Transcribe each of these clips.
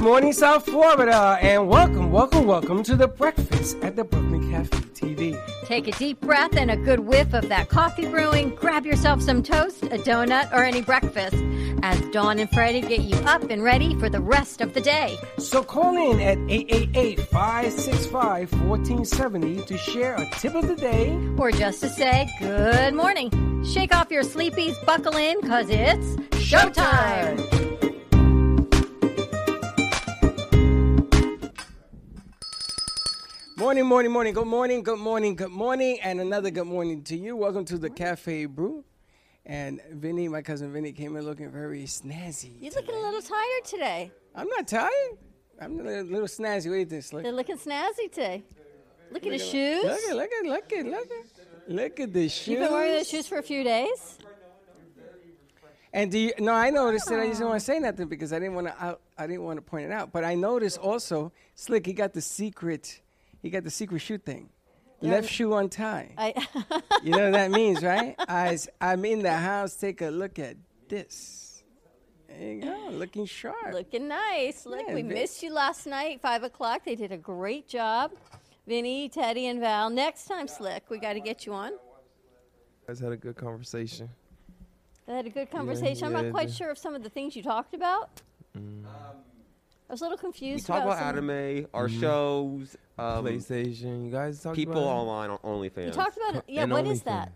morning, South Florida, and welcome, welcome, welcome to the breakfast at the Brooklyn Cafe TV. Take a deep breath and a good whiff of that coffee brewing. Grab yourself some toast, a donut, or any breakfast as Dawn and Freddie get you up and ready for the rest of the day. So call in at 888 565 1470 to share a tip of the day. Or just to say good morning. Shake off your sleepies, buckle in, because it's showtime. Morning, morning, morning. Good morning, good morning, good morning, and another good morning to you. Welcome to the Cafe Brew. And Vinny, my cousin Vinny, came in looking very snazzy. You're looking a little tired today. I'm not tired. I'm a little, little snazzy. What do you think, Slick? They're looking snazzy today. Look at his Look shoes. at, look at, look at, look at, look at the shoes. You've been wearing those shoes for a few days. And do you, no, I noticed it. I just didn't want to say nothing because I didn't want to. Out, I didn't want to point it out. But I noticed also, Slick. He got the secret. He got the secret shoe thing. Left shoe on tie. I You know what that means, right? I, am in the house. Take a look at this. There you go. Looking sharp. looking nice. Look, Yeah, we Vin- missed you last night, five o'clock. They did a great job. Vinny, Teddy, and Val. Next time, Slick, we got to get you on. guys had a good conversation. They had a good conversation. I'm yeah, not quite they- sure of some of the things you talked about. I was a little We confused. talk about some- anime, our Mm-hmm. shows, um, PlayStation. You guys talked people about online on OnlyFans. You talked about yeah. And What is OnlyFans. that?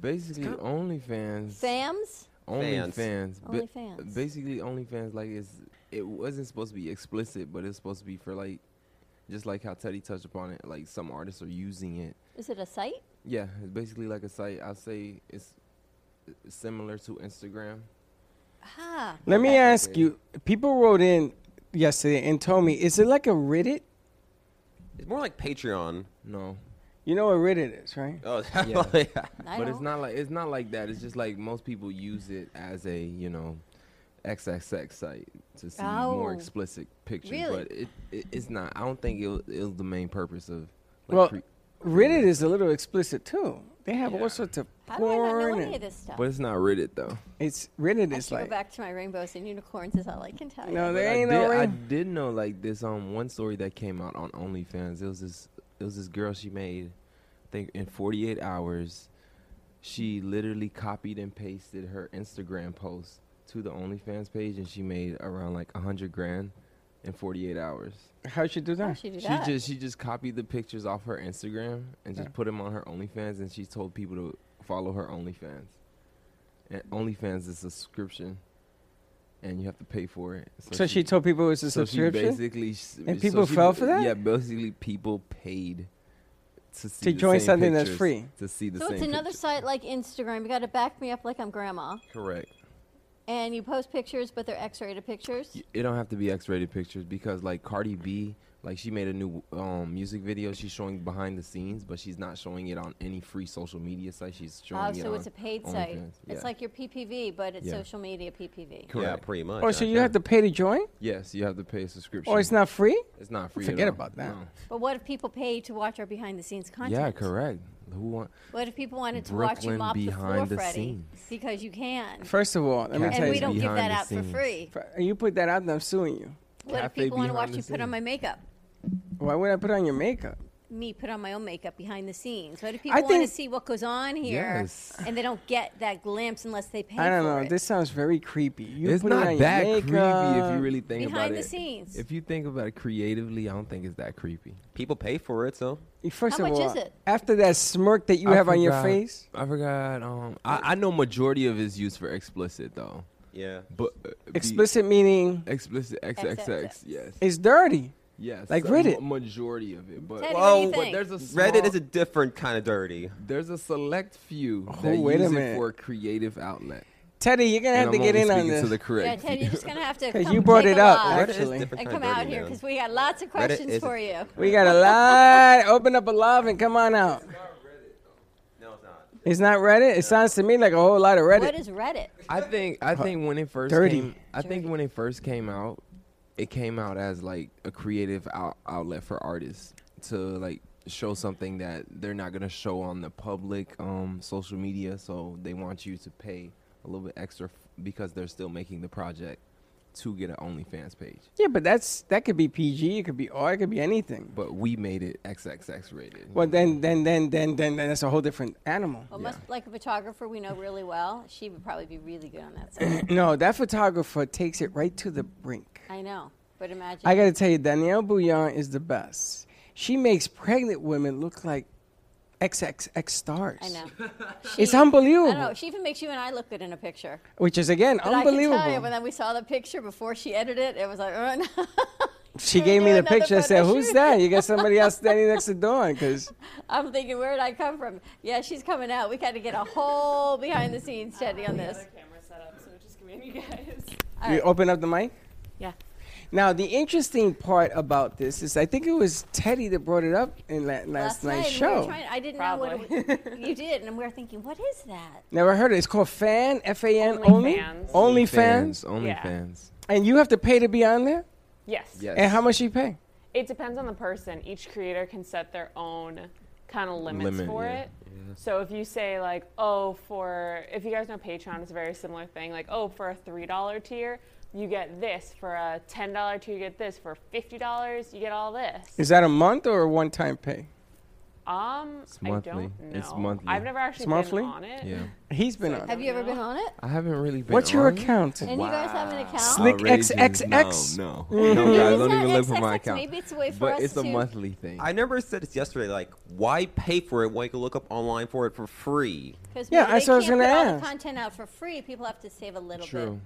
basically OnlyFans. Fams. OnlyFans. Fans. Ba- OnlyFans. Basically OnlyFans. Like it's it wasn't supposed to be explicit, but it's supposed to be for like, just like how Teddy touched upon it. Like some artists are using it. Is it a site? Yeah, it's basically like a site. I say it's similar to Instagram. Ah, Let me ask you. People wrote in yesterday and told me, is it like a Reddit? It's more like Patreon. No, You know what Reddit is, right? Oh, Yeah. yeah. I but don't. it's not like it's not like that. It's just like most people use it as a you know XXX site to see Oh. more explicit pictures. Really? But it, it it's not. I don't think it was, it was the main purpose of. Like Well, cre- Reddit is a little explicit too. They have all sorts of How do I not know porn. any of and- this stuff? but it's not Reddit though. It's Reddit I is should go like back to my rainbows and unicorns is all I can tell you. no, But there I ain't did, no I way. did know like this um one story that came out on OnlyFans. It was this it was this girl she made, I think in 48 hours, she literally copied and pasted her Instagram post to the OnlyFans page, and she made around like a hundred grand in 48 hours. How'd you do How that? should you do She that? just she just copied the pictures off her Instagram and just put them on her OnlyFans, and she told people to follow her OnlyFans. And OnlyFans is a subscription, and you have to pay for it. So she told people it was a so she subscription. basically s- And so people she fell ba- for that? Yeah, basically people paid to see To the join same something that's pictures, free. to see the so same. it's another picture. site like Instagram. You got to back me up like I'm grandma, Correct. and you post pictures, but they're X-rated pictures. Y- It don't have to be X-rated pictures because like Cardi B, like she made a new um, music video. She's showing behind the scenes, but she's not showing it on any free social media site. She's showing Oh, it so on it's a paid site. OnlyFans. It's Yeah. like your PPV, but it's Yeah. social media PPV. yeah, Correct. pretty much. Oh, so you have to pay to join? yes, you have to pay a subscription. Oh, it's not free? It's not free. at Forget all. about that. No. But what if people pay to watch our behind-the-scenes content? Yeah, correct. Who want? What if people wanted to watch you Brooklyn mop the floor, behind the Freddie? scenes. Because you can, First of all, let me tell And and you. we don't give Behind that the out for scenes. free. something. You put that out, then I'm suing you. What if Cafe people want to watch behind the you put on scenes. my makeup? Why would I put on your makeup? Me put on my own makeup behind the scenes. What if people want to think- see what goes on here Yes. and they don't get that glimpse unless they pay I don't for know. it? This sounds very creepy. You it's put on not your that creepy if makeup. you really think about behind the it. scenes. If you think about it creatively, I don't think it's that creepy. People pay for it, so First How of much all, is it? after that smirk that you have on your face, I forgot. Um, I, I know majority of it's used for explicit though, yeah. but uh, be- explicit meaning explicit XXX. XXX. Yes, it's dirty. yes. Like a Reddit. ma- majority of it, but Teddy, what do you Whoa, think? but but there's a small, Reddit is a different kind of dirty. there's a select few Oh, that wait a use minute. it for a creative outlet. Teddy, you're gonna have And to I'm get only in on speaking to this. the correct. yeah, Ted, you're just gonna have to. 'Cause come you brought take it a up, walk Reddit is Actually. different and kind come of out dirty here now. because we got lots of questions is- for you. we got a lot. Open up a love and come on out. No, it's not. It's not Reddit. It sounds to me like a whole lot of Reddit. What is Reddit? I think I think when it first dirty. came, I think when it first came out, it came out as like a creative out, outlet for artists to like show something that they're not gonna show on the public um, social media. So they want you to pay a little bit extra f- because they're still making the project to get an OnlyFans page. Yeah, but that's that could be PG, it could be R, it could be anything. But we made it XXX rated. Well, then, then, then, then, then, then that's a whole different animal. Well, must, like a photographer we know really well, she would probably be really good on that side. No, that photographer takes it right to the brink. I know, but imagine. I got to tell you, Danielle Bouillon is the best. She makes pregnant women look like XXX stars. I know. It's She- unbelievable. I don't know. She even makes you and I look good in a picture. Which is again But unbelievable. I can tell you, when we saw the picture before she edited it, it was like, uh no. she we gave me do the another picture. I said, photo "Who's shoot." that? You got somebody else standing next to Dawn?" Because I'm thinking, where did I come from? Yeah, she's coming out. We got to get a whole behind the scenes study on this. Another camera set up, so just give me you guys. All you right. open up the mic. Yeah. Now the interesting part about this is, I think it was Teddy that brought it up in la- last, night's we were show. trying- I didn't know what it was. you did, and we were thinking, what is that? Never heard it. It's called Fan F A N only. OnlyFans. OnlyFans. OnlyFans. Yeah. fans. And you have to pay to be on there. Yes. Yes. And how much you pay? It depends on the person. Each creator can set their own kind of limits Limit, for yeah. it. So if you say like, oh, for if you guys know Patreon, it's a very similar thing. Like, oh, for a three dollar tier, you get this. For a ten dollar tier, you get this. For fifty dollars, you get all this. Is that a month or a one-time pay? Um, It's I monthly. don't know. It's monthly. I've never actually It's monthly? been on it. Yeah. He's been on. Have you ever been on it? I haven't really been. What's your on it. account? And you guys have an account? Slick Outrageous. XXX. No, no, no Maybe guys, it's don't not even look for XXX, my account. Maybe it's a way for but us it's to. a monthly thing. I never said this yesterday. Like, why pay for it when you can look up online for it for free? 'cause Yeah, maybe I they saw- I was can't gonna put all the ask. Content out for free. People have to save a little True,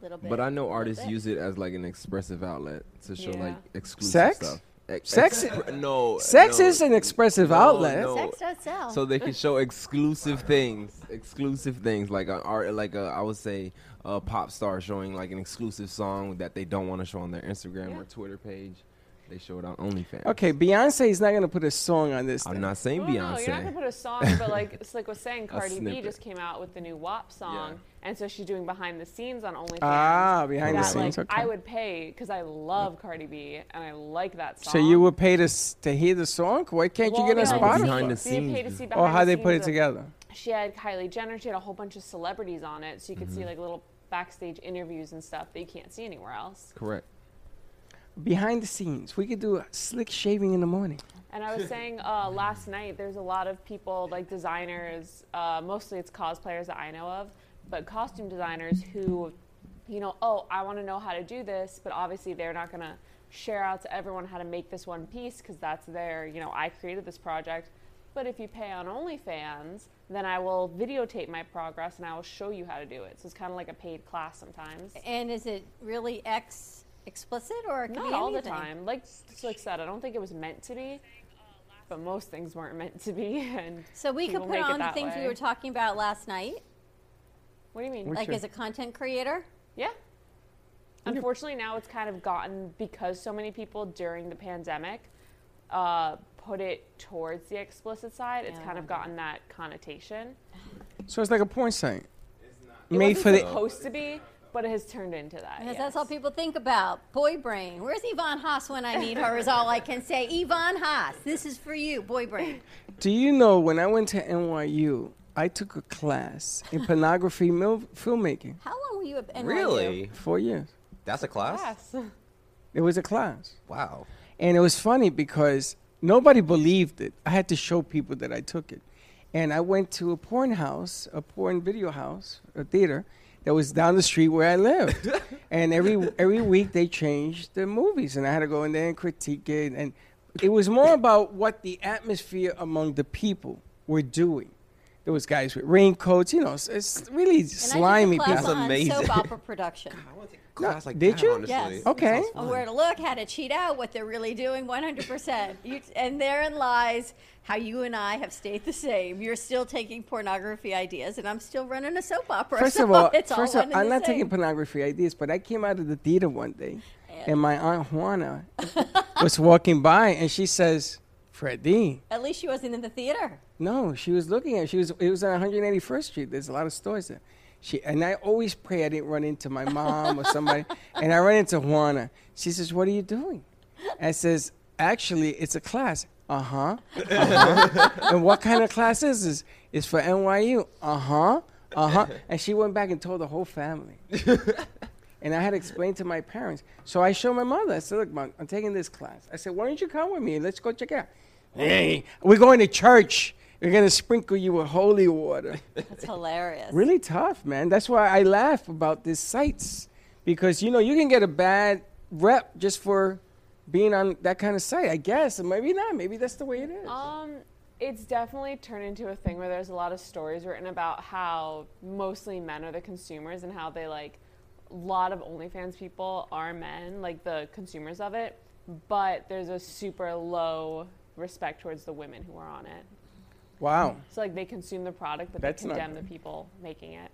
bit. Little bit. but I know little artists bit. use it as like an expressive outlet to show Yeah. like exclusive Sex? stuff. Ex- Sex- expre- No. Sex no, is an expressive no, outlet. no. Sex does sell. so they can show exclusive things, exclusive things like an art, like a I would say a pop star showing like an exclusive song that they don't want to show on their Instagram or Twitter page. They show it on OnlyFans. Okay, Beyonce is not gonna put a song on this. I'm thing. not saying No, Beyonce. No, you're not gonna put a song, but like Slick was saying, Cardi B snippet. just came out with the new WAP song, and so she's doing behind the scenes on OnlyFans. Ah, behind the that, scenes. Like, okay. I would pay because I love Cardi B and I like that song. so you would pay to s- to hear the song? Why can't you get Well, on no, Spotify? Behind the so you pay to scenes. see or behind how the they put it scenes of- together? She had Kylie Jenner. She had a whole bunch of celebrities on it, so you could see Mm-hmm. like little backstage interviews and stuff that you can't see anywhere else. Correct. Behind the scenes, we could do a slick shaving in the morning. And I was saying uh, last night, there's a lot of people, like designers, uh, mostly it's cosplayers that I know of, but costume designers who, you know, oh, I want to know how to do this, but obviously they're not going to share out to everyone how to make this one piece because that's their, you know, I created this project. But if you pay on OnlyFans, then I will videotape my progress and I will show you how to do it. So it's kind of like a paid class sometimes. And is it really ex explicit or it could Not be all the anything? time. Like Slick said, I don't think it was meant to be, but most things weren't meant to be. And So we people could put make it on the that things we way. were talking about last night, What do you mean? Which- like Sure. as a content creator. yeah. Unfortunately, now it's kind of gotten because so many people during the pandemic uh, put it towards the explicit side. It's Yeah, I kind of remember gotten that connotation. So it's like a porn site. It Made wasn't for the supposed to be, but it has turned into that. Because yes. that's all people think about. Boy brain. Where's Yvonne Haas when I need her is all I can say. Yvonne Haas, this is for you, boy brain. Do you know when I went to NYU, I took a class in pornography mil- filmmaking. How long were you at NYU? Really? Four years. That's a class? Yes. It was a class. Wow. And it was funny because nobody believed it. I had to show people that I took it. And I went to a porn house, a porn video house, a theater that was down the street where I lived. and every every week they changed the movies and I had to go in there and critique it and it was more about what the atmosphere among the people were doing. There was guys with raincoats, you know, it's, it's really And slimy I took a people. class That's on amazing. soap opera production. I want to take a class like did that, you? Oh. honestly. Yes. That Okay. sounds on fun. where to look, how to cheat out, what they're really doing, 100%. You, and therein lies how you and I have stayed the same. You're still taking pornography ideas, and I'm still running a soap opera. First so of all, it's first all of one all, and I'm the not same. taking pornography ideas, but I came out of the theater one day, and my aunt Juana was walking by, and she says, "Freddie." At least she wasn't in the theater. No, she was looking at. She was. It was on 181st Street. There's a lot of stores there. She and I always pray I didn't run into my mom or somebody. and I ran into Juana. She says, "What are you doing?" I says, "Actually, it's a class." Uh huh. Uh-huh. and what kind of class is this? It's for Uh-huh. NYU. Uh huh. Uh huh. And she went back and told the whole family. And I had explained to my parents. So I showed my mother. I said, look, mom, I'm taking this class. I said, why don't you come with me? Let's go check it out. Hey, we're going to church. We're going to sprinkle you with holy water. That's hilarious. really tough, man. That's why I laugh about these sites because you know you can get a bad rep just for being on that kind of site. I guess, and maybe not. Maybe that's the way it is. Um, it's definitely turned into a thing where there's a lot of stories written about how mostly men are the consumers and how they like a lot of OnlyFans people are men, like the consumers of it, but there's a super low respect towards the women who are on it. wow, So like they consume the product, but That's they not condemn the good. people making it.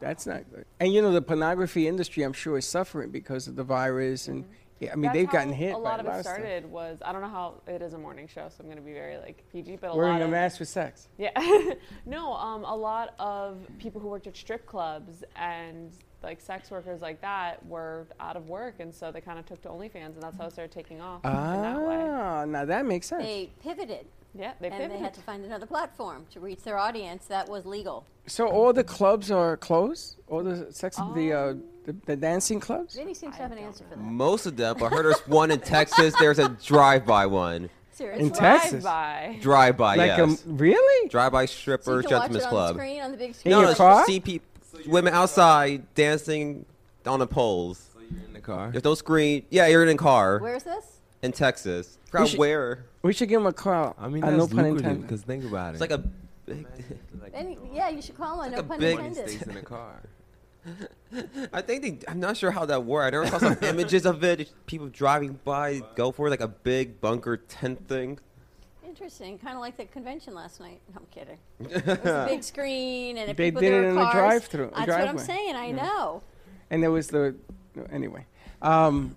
that's not good. And you know the pornography industry, I'm sure, is suffering because of the virus and. Yeah, I mean, Mm-hmm. That's they've how gotten hit. A lot by of a lot it stuff. started was I don't know how it is a morning show, so I'm gonna be very like PG, but a lot Wearing a of mask for sex. Yeah. no, um, a lot of people who worked at strip clubs and like sex workers like that were out of work, and so they kind of took to OnlyFans, and that's how it started taking off in that way. Ah, now that makes sense. They pivoted, Yeah, they and they pivoted. had to find another platform to reach their audience that was legal. So all the clubs are closed. All the sex, the, uh, Um, the the dancing clubs. Vinny seems to have an answer for that. Most of them. I heard there's one in Texas. There's a drive-by one. Seriously. Tex- Texas. Drive-by. Drive-by, Like um, yes. really? drive-by so you strippers, can watch it gentlemen's on club. the screen on the big screen. In your no, car? see people, women outside dancing on the poles. in the car. There's no screen. Yeah, you're in a car Where's this? in Texas. Forgot should- where. We should give him a call. I mean, Uh, that's no pun lucrative intended. because think about it. It's like a big. Any, yeah, you should call him. Like no a pun big intended. in the car. I think they. I'm not sure how that worked. I never saw some images of it. People driving by go for it, like a big bunker tent thing. Interesting. Kind of like that convention last night. No, I'm kidding. It was a big screen, and if They people, did there it were in the cars, drive-thru- That's what I'm driveway. saying. I know. and there was the no, anyway um,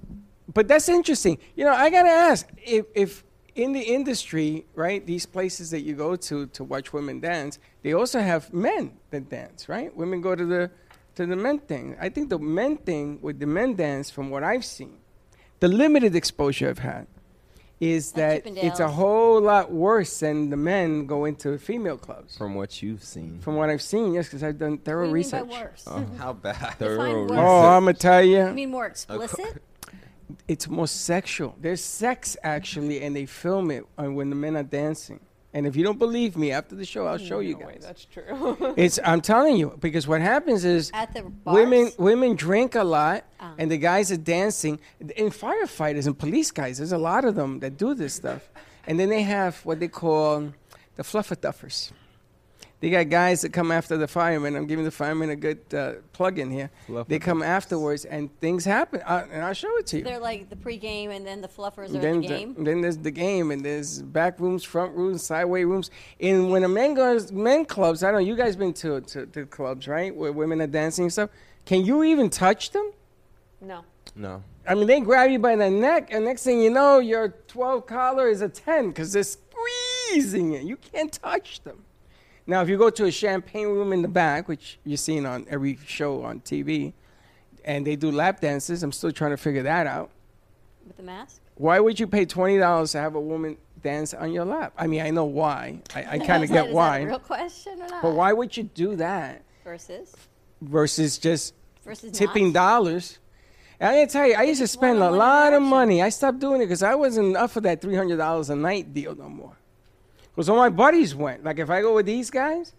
but that's interesting you know i gotta ask if, if in the industry right these places that you go to to watch women dance they also have men that dance right women go to the to the men thing i think the men thing with the men dance from what i've seen the limited exposure i've had is At that it's a Chippendales. whole lot worse than the men go into female clubs From what you've seen. from what i've seen yes because i've done What thorough do you mean by research Uh-huh. worse? How bad? Define worse. oh i'm gonna tell you You mean more explicit? it's more sexual. There's sex actually, and they film it uh, when the men are dancing. And if you don't believe me, after the show, I'll show you No way, guys. that's true. It's I'm telling you because what happens is At the Oh. bars? women women drink a lot, and the guys are dancing. And firefighters and police guys, there's a lot of them that do this stuff. And then they have what they call the flufferduffers. They got guys that come after the firemen. I'm giving the firemen a good uh, plug in here. They come afterwards, and things happen. Uh, and I'll show it to you. They're like the pregame, and then the fluffers are Then, the game. The, then there's the game, and there's back rooms, front rooms, sideway rooms. And when a man goes, men clubs, I don't know, you guys been to, to, to clubs, right? Where women are dancing and stuff. Can you even touch them? no. No. I mean, they grab you by the neck, and next thing you know, your 12 collar is a 10 because they're squeezing it. You can't touch them. Now, if you go to a champagne room in the back, which you're seeing on every show on TV, and they do lap dances, I'm still trying to figure that out. With the mask? Why would you pay twenty dollars to have a woman dance on your lap? I mean, I know why. I, I kind of Is get that- is That a why. real question or not? But why would you do that Versus? versus just Versus tipping not? dollars? And I gotta tell you, I used to just spend a one-on-one lot of interaction. money. I stopped doing it because I wasn't up for that three hundred dollars a night deal no more. Because all my buddies went. Like if I go with these guys,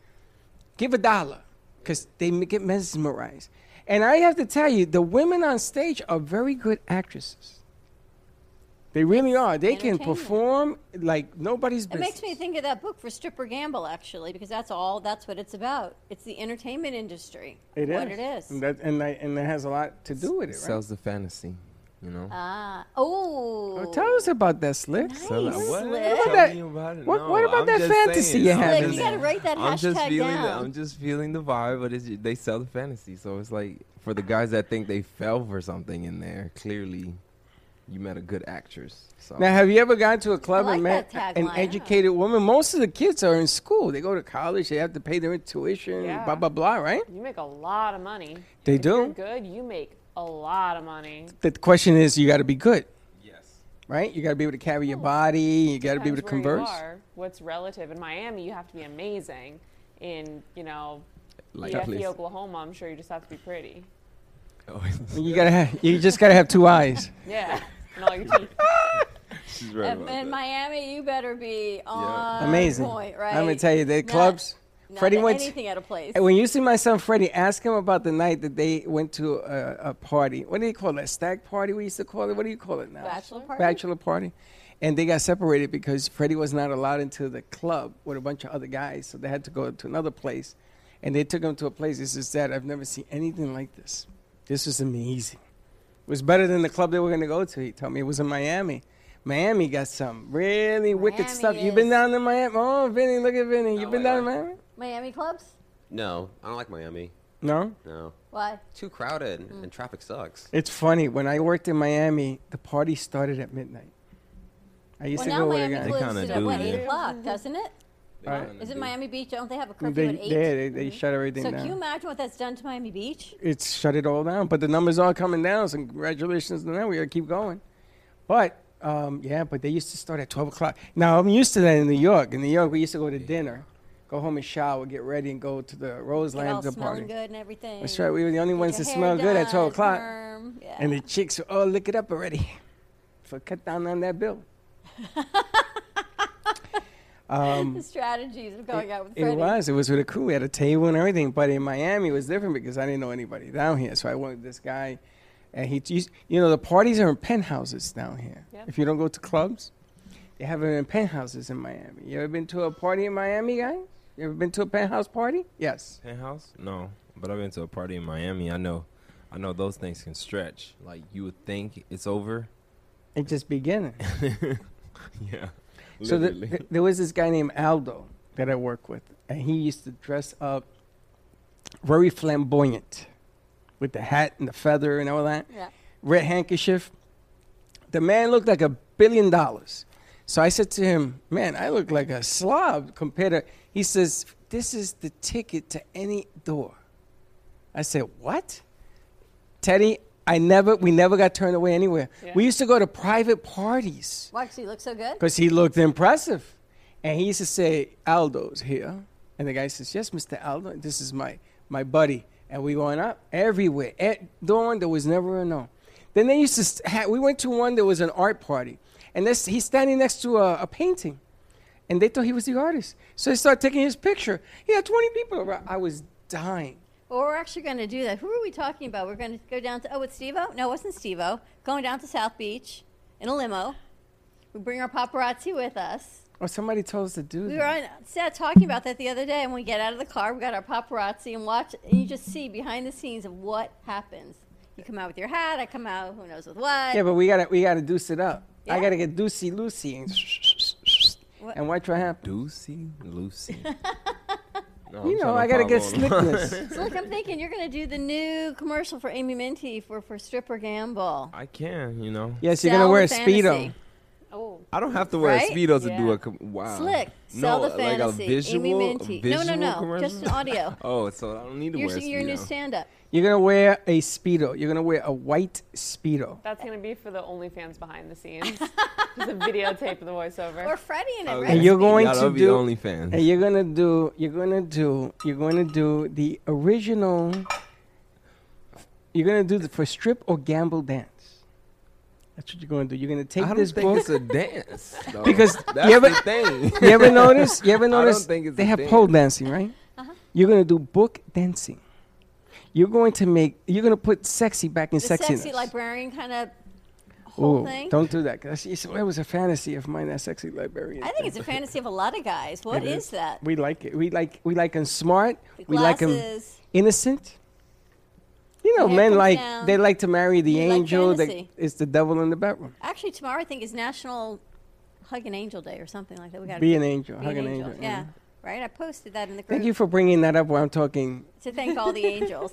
give a dollar because they m- get mesmerized. And I have to tell you, the women on stage are very good actresses. They really are. They can entertainment. perform like nobody's It business. makes me think of that book for Stripper Gamble, actually, because that's all, that's what it's about. It's the entertainment industry. It what is. it is. And that, and, I, and that has a lot to do with It it, right? Uh, sells the fantasy, you know? ah. Oh. Well, tell us about that, Slick. Tell nice. what? Slick. Tell that- me about it. what- No, what about I'm that just fantasy saying, you I'm had? Slick, just- you got to write that I'm hashtag just feeling down. the, I'm just feeling the vibe, but it's, they sell the fantasy. So it's like for the guys that think they fell for something in there, clearly you met a good actress. So Now, have you ever gone to a club I and met like that an tagline. educated woman? Most of the kids are in school. They go to college. They have to pay their tuition, Yeah. blah, blah, blah, right? You make a lot of money. They If you're do. good, you make a lot of money. The question is, you got to be good, yes. right? You got to be able to carry Oh, your body. You got to be able to Depends where you converse. are, what's relative. In Miami, you have to be amazing. In, you know, Like EFE, place- Oklahoma, I'm sure you just have to be pretty. Oh, You gotta have, you just gotta have two eyes. Yeah. And all your teeth. She's right And, about and that. Miami, you better be on Amazing. point, right? I'm gonna tell you, the Not- clubs. not Freddie that went. anything at a place. And when you see my son Freddie, ask him about the night that they went to a, a party. What do you call it? A stag party? We used to call it. What do you call it now? Bachelor party? Bachelor party. And they got separated because Freddie was not allowed into the club with a bunch of other guys, so they had to go to another place. And they took him to a place. This is that I've never seen anything like this. This was amazing. It was better than the club they were going to go to. He told me it was in Miami. Miami got some really wicked Miami stuff. You've been is- down to Miami? Oh, Vinny, look at Vinny. You've Oh, been yeah. down to Miami? Miami clubs? No, I don't like Miami. No. No, Why? too crowded Mm. and traffic sucks. It's funny when I worked in Miami, the party started at midnight. I used Well, to now go with a Miami guy. They closes kinda it at do, what, yeah. 8 o'clock, doesn't it? Right. Is it Miami Beach? Don't they have a curfew They, at 8? yeah, they, they shut everything so down. can you imagine what that's done to Miami Beach? it's shut it all down, but the numbers are coming down. So congratulations on that. We gotta keep going. But um, yeah, but they used to start at 12 o'clock. Now I'm used to that in New York. In New York, we used to go to dinner, go home and shower, get ready, and go to the Get all Roseland smelling party. good and everything. That's right. We were the only Get ones your that hair smelled good at done, 12 o'clock. perm. Yeah. And the chicks, oh, look it up already. For cut down on that bill. the strategies of going out with Um, It Freddie. was. It was with a crew. We had a table and everything. But in Miami, it was different because I didn't know anybody down here. So I went with this guy, and he, used- you know, the parties are in penthouses down here. Yep. If you don't go to clubs, they have them in penthouses in Miami. You ever been to a party in Miami, guy? You ever been to a penthouse party? Yes. Penthouse? No, but I've been to a party in Miami. I know, I know those things can stretch. Like you would think it's over. It just beginning. Yeah. so the, literally. th- there was this guy named Aldo that I work with, and he used to dress up very flamboyant, with the hat and the feather and all that. Yeah. red handkerchief. The man looked like a billion dollars. So I said to him, Man, I look like a slob compared to. He says, This is the ticket to any door. I said, What? Teddy, I never, we never got turned away anywhere. Yeah. We used to go to private parties Why does he look so good? because he looked impressive. And he used to say, Aldo's here. And the guy says, Yes, Mr. Aldo, this is my, my buddy. And we went up everywhere. At Dawn, there was never a no. Then they used to, st- ha- we went to one, there was an art party. And this, he's standing next to a, a painting. And they thought he was the artist. So they started taking his picture. He had 20 people around. I was dying. Well, we're actually going to do that. Who are we talking about? We're going to go down to, oh, it's Steve No, it wasn't Steve Going down to South Beach in a limo. We bring our paparazzi with us. Or somebody told us to do We that. were on set talking about that the other day, and we get out of the car, we got our paparazzi, and watch, and you just see behind the scenes of what happens. You come out with your hat, I come out, who knows with what. Yeah, but we gotta we gotta deuce it up. I Yeah. gotta get Deucey Lucy and, What? and watch what happens. Lucy, Lucy. No, I'm You know, tryna I gotta get follow along. slickness. So, look, I'm thinking you're going to do the new commercial for Amy Minty for, for Stripper Gamble. I can, you know. yes, you're Sell gonna the wear a fantasy. speedo. Oh. I don't have to wear Right? a speedo to do Yeah. a com- wow. Uh, Slick, sell no, the like fantasy. a visual, Amy a Minty. no, no, visual no, commercial? just an audio. Oh, so I don't need to Your, wear a your new speedo. stand up. You're gonna wear a speedo. You're gonna wear a white speedo. That's gonna be for the OnlyFans behind the scenes. Just a videotape of the voiceover. Or Freddie in it, Okay. right? And you're going yeah, to that'll be do OnlyFans. and you're gonna do you're gonna do you're gonna do the original you're gonna do the for strip or gamble dance. That's what you're gonna do. You're gonna take I don't this think book. it's a dance. though. Because that's you ever- the thing. You ever notice? You ever don't notice? think it's they a have thing. pole dancing, right? Uh-huh. You're gonna do book dancing. You're going to make. You're gonna put sexy back in the sexy sexiness. librarian kind of whole Ooh, thing. don't do that. 'cause it's- it was a fantasy of mine. That sexy librarian. I think it's a fantasy of a lot of guys. What It is, is. that? We like it. We like. We like them smart. The We like them glasses. innocent. You know, Hair men comes like down. they like to marry the We like angel. that fantasy. it's the devil in the bedroom. Actually, tomorrow I think is National Hug an Angel Day or something like that. We got Be an angel. Hug an angel. Mm-hmm. Yeah. right. I posted that in the group Thank you for bringing that up while I'm talking to thank all the angels.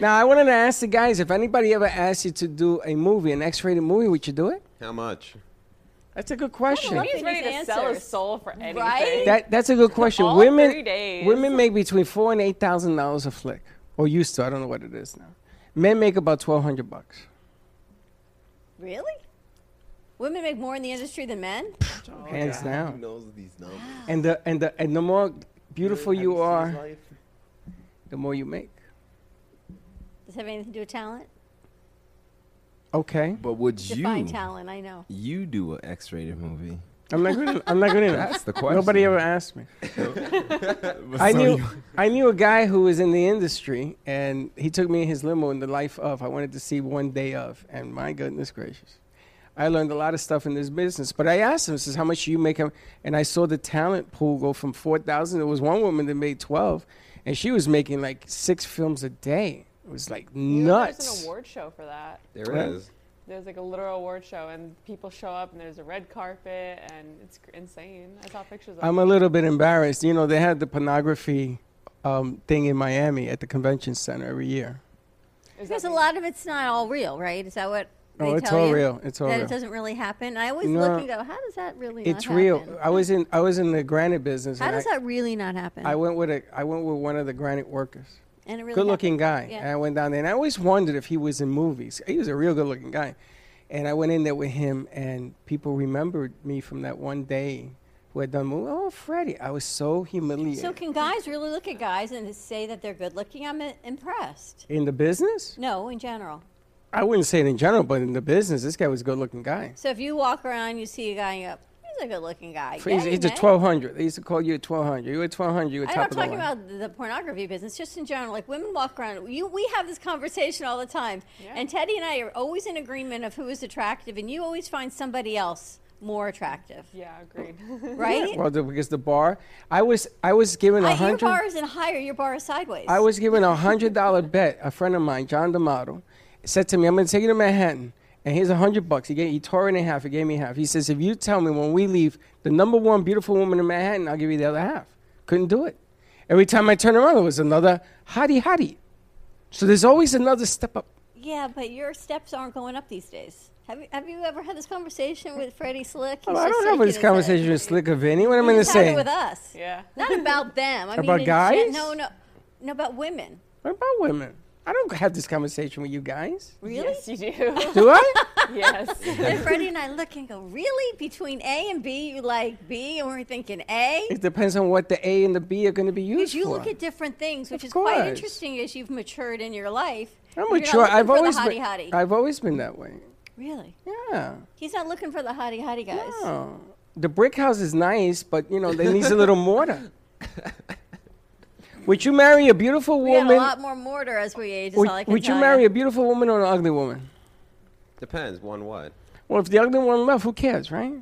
Now, I wanted to ask the guys if anybody ever asked you to do a movie, an X-rated movie, would you do it? How much? That's a good question. love He's ready to These sell his answers. soul for anything. Right? That, that's a good question. All women, three days. women make between four and eight thousand dollars a flick, or used to. I don't know what it is now. Men make about twelve hundred bucks. really? Women make more in the industry than men. Hands down. knows these numbers? And the and the and the more beautiful you are, the more you make. Does it have anything to do with talent? Okay. But would Define you talent, I know. you do an X-rated movie? I'm not good. en- I'm not good enough. That's the question. Nobody ever asked me. I knew I knew a guy who was in the industry, and he took me in his limo in the life of. I wanted to see one day of, and my goodness gracious, I learned a lot of stuff in this business. But I asked him, I "says How much do you make?" him?" And I saw the talent pool go from four thousand. There was one woman that made twelve, and she was making like six films a day. It was like You know, There's nuts. an award show for that. There Yeah. it is. There's like a literal award show, and people show up, and there's a red carpet, and it's cr- insane. I saw pictures of I'm it. a little bit embarrassed. You know, they had the pornography um, thing in Miami at the convention center every year. Is that Because a the- lot of it's not all real, right? Is that what they oh, it's tell all you? real. It's all that real. it doesn't really happen. I always No. look and go, how does that really It's not real. happen? I was in I was in the granite business. How and does I, that really not happen? I went with a I went with one of the granite workers. and it really good looking guy. Yeah. And I went down there and I always wondered if he was in movies. He was a real good looking guy. And I went in there with him and people remembered me from that one day who had done movie. Oh Freddie. I was so humiliated. So can guys really look at guys and say that they're good looking? I'm i- impressed. in the business? No, in general. I wouldn't say it in general, but in the business, this guy was a good looking guy. So if you walk around, you see a guy, and you go, he's a good looking guy. For- He's, Yay, he's a man. twelve hundred. They used to call you a twelve hundred. You were twelve hundred, you were I'm top of not the talking line. about the pornography business, just in general. Like women walk around. You, we have this conversation all the time, Yeah. and Teddy and I are always in agreement of who is attractive, and you always find somebody else more attractive, Yeah, agreed. right? well, the, because the bar, I was, I was given a I, your hundred. bar is in higher. Your bar is sideways. I was given a hundred dollar bet. A friend of mine, John D'Amato, said to me, "I'm going to take you to Manhattan, and here's a hundred bucks." He gave, he tore it in half. He gave me half. He says, "If you tell me when we leave, the number one beautiful woman in Manhattan, I'll give you the other half." Couldn't do it. Every time I turned around, there was another hottie hottie. So there's always another step up. Yeah, but your steps aren't going up these days. Have you, have you ever had this conversation with Freddie Slick? Oh, He's I just don't have shaking this his head. conversation with Slick or Vinny. What am I He's going to having say it with us. yeah. Not about them. I About mean, in gen- guys? no, no, no, about women. What about women? I don't have this conversation with you guys. Really? Yes, you do. Do I? yes. And Freddie and I look and go, really? Between A and B, you like B, and we're thinking A? it depends on what the A and the B are going to be used Because you for. look at different things, which Of is quite course. interesting as you've matured in your life. I'm You're not mature. looking I've for the always hottie been. hottie. I've always been that way. Really? Yeah. He's not looking for the hottie hottie guys. No. The brick house is nice, but you know, they needs a little mortar. Would you marry a beautiful We got a woman? lot more mortar as we age. Is would all I can would you tell marry a beautiful woman or an ugly woman? Depends. One what? Well, if the ugly one left, who cares, right?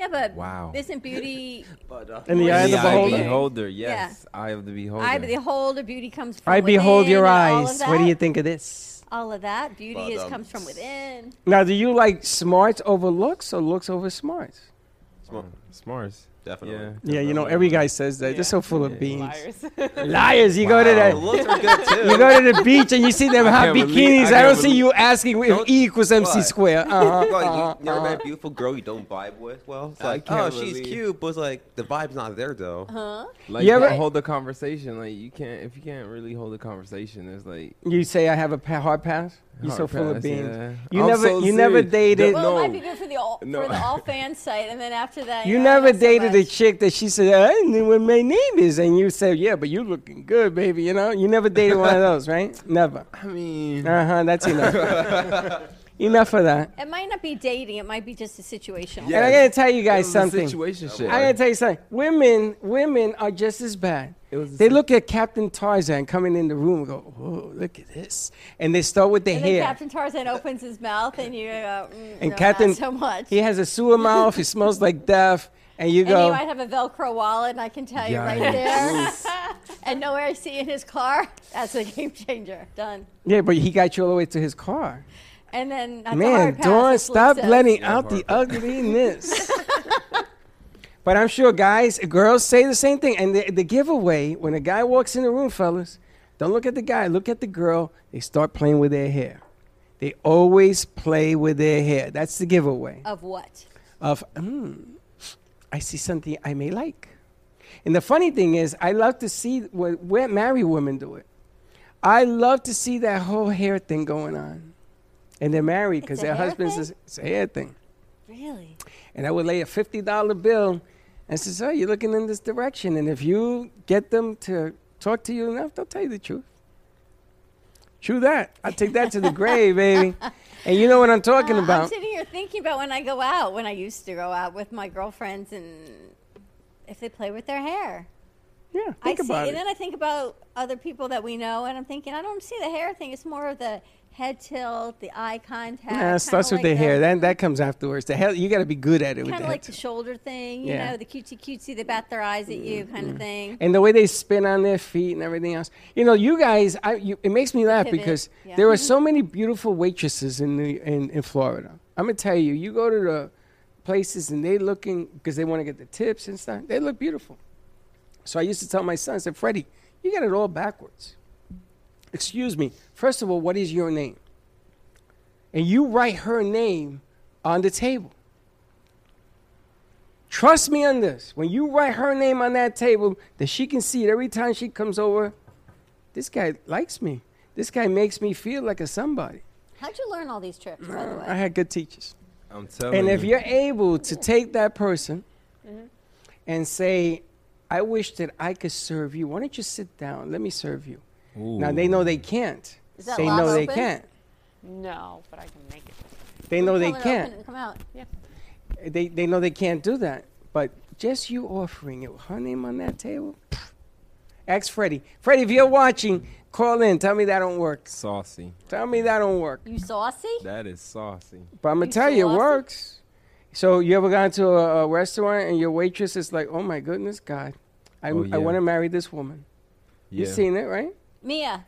Yeah, but Wow. isn't beauty But, uh, In the eye of the The eye of the beholder. beholder. Yes, eye of the beholder. I behold a beauty comes from I behold your within and all of eyes. What do that. you think of this? All of that beauty But, is um, comes from within. Now, do you like smarts over looks or looks over smarts? Sm- Smarts. Definitely. Yeah, Yeah. you know, every guy says that. Yeah. They're so full of Uh, Yeah. beans. Liars. Liars. You go to The the Oh, looks are good too. you go to the beach and you see them hot can't believe- bikinis. I I, don't can't see you asking if Don't- E equals MC What? square. Uh-huh, Bro, uh-huh, you never uh-huh. met a beautiful girl you don't vibe with. Well, it's I like, oh, can't she's believe- cute, but it's like the vibe's not there though. Huh? Like You you ever- can't hold the conversation. Like you can't if you can't really hold the conversation. It's like You say I have a pa- hard pass. You're so hard full of pass, beans. yeah. You I'm never, so you never serious. dated, Well, it No. might be good for the all No. for the all fan site, and then after that, you know, I don't never know so dated a much. chick that she said I knew what my name is, and you said yeah, but you looking good, baby. You know, you never dated one of those, right? Never. I mean, Uh huh. That's enough. enough of that. It might not be dating; it might be just a situational. Yeah. And I gotta tell you guys something. Situation shit. I gotta tell you something. Women, women are just as bad. It was the They same- look at Captain Tarzan coming in the room and go, "Whoa, look at this!" And they start with the And then hair. Captain Tarzan opens his mouth, and you go, mm, And no, Captain- not so much. he has a sewer mouth. he smells like death. And you and go, he might have a Velcro wallet, and I can tell you right there. and no AC in his car. That's a game changer. Done. Yeah, but he got you all the way to his car. And then that's a Man, hard pass, Dawn, as Luke stop says. letting Yeah, out the hard ugliness. but I'm sure guys, girls say the same thing. And the, the giveaway, when a guy walks in the room, fellas, don't look at the guy, look at the girl. They start playing with their hair. They always play with their hair. That's the giveaway of what? of, mm, I see something I may like. And the funny thing is, I love to see where, where married women do it. I love to see that whole hair thing going on. And they're married because It's a their hair husbands thing? is it's a hair thing. Really? And I would lay a fifty dollar bill and says, Oh, you're looking in this direction. And if you get them to talk to you enough, they'll tell you the truth. True that. I take that to the grave, baby. And you know what I'm talking Uh, I'm about. sitting here thinking about when I go out, when I used to go out with my girlfriends, and if they play with their hair. yeah, I think see, about and it. then I think about other people that we know, and I'm thinking, I don't see the hair thing. It's more of the head tilt, the eye contact. Nah, it starts with the hair. Then that comes afterwards. The hell, you got to be good at it. With Kind the of like head the tilt. shoulder thing, you Yeah. Mm-hmm. know, the cutesy cutesy, they bat their eyes at you, kind of thing. and the way they spin on their feet and everything else. You know, you guys, I, you, it makes me laugh pivot, because yeah. Mm-hmm. there are so many beautiful waitresses in the in, in Florida. I'm gonna tell you, you go to the places and they looking because they want to get the tips and stuff. They look beautiful. So I used to tell my son, I said, Freddie, you got it all backwards. Excuse me. First of all, what is your name? And you write her name on the table. Trust me on this. When you write her name on that table, that she can see it every time she comes over. This guy likes me. This guy makes me feel like a somebody. How'd you learn all these tricks, by the way? I had good teachers. I'm telling And you. if you're able to take that person Mm-hmm. and say, I wish that I could serve you, why don't you sit down? Let me serve you. Now they know they can't. Is that they lob know they open? can't. No, but I can make it. They know they Come and open can't. it and Come out. Yeah. They, they know they can't do that. But just you offering it, with her name on that table. Ask Freddie. Freddie, if you're watching, call in. Tell me that don't work. saucy. Tell me that don't work. You saucy? That is saucy. But I'm gonna You tell you, saucy? it works. So you ever gone to a, a restaurant and your waitress is like, "Oh my goodness, God, I, Oh, yeah. I want to marry this woman." Yeah. You've seen it, right? Mia.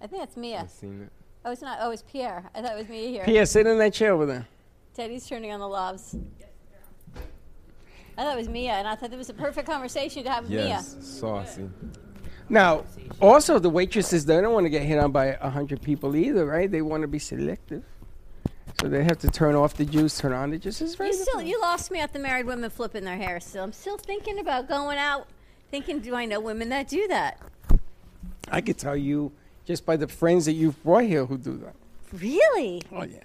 I think that's Mia. I've seen it. Oh, it's not. Oh, it's Pierre. I thought it was Mia here. Pierre, sit in that chair over there. Teddy's turning on the lobs. I thought it was Mia, and I thought it was a perfect conversation to have with Yes, saucy. Now, also the waitresses, they don't want to get hit on by a hundred people either, right? They want to be selective, so they have to turn off the juice, turn on the juice. It's Mia. very You still, different. you lost me at the married women flipping their hair. Still, I'm still thinking about going out, thinking, do I know women that do that? I could tell you just by the friends that you've brought here who do that. Really? Oh yeah,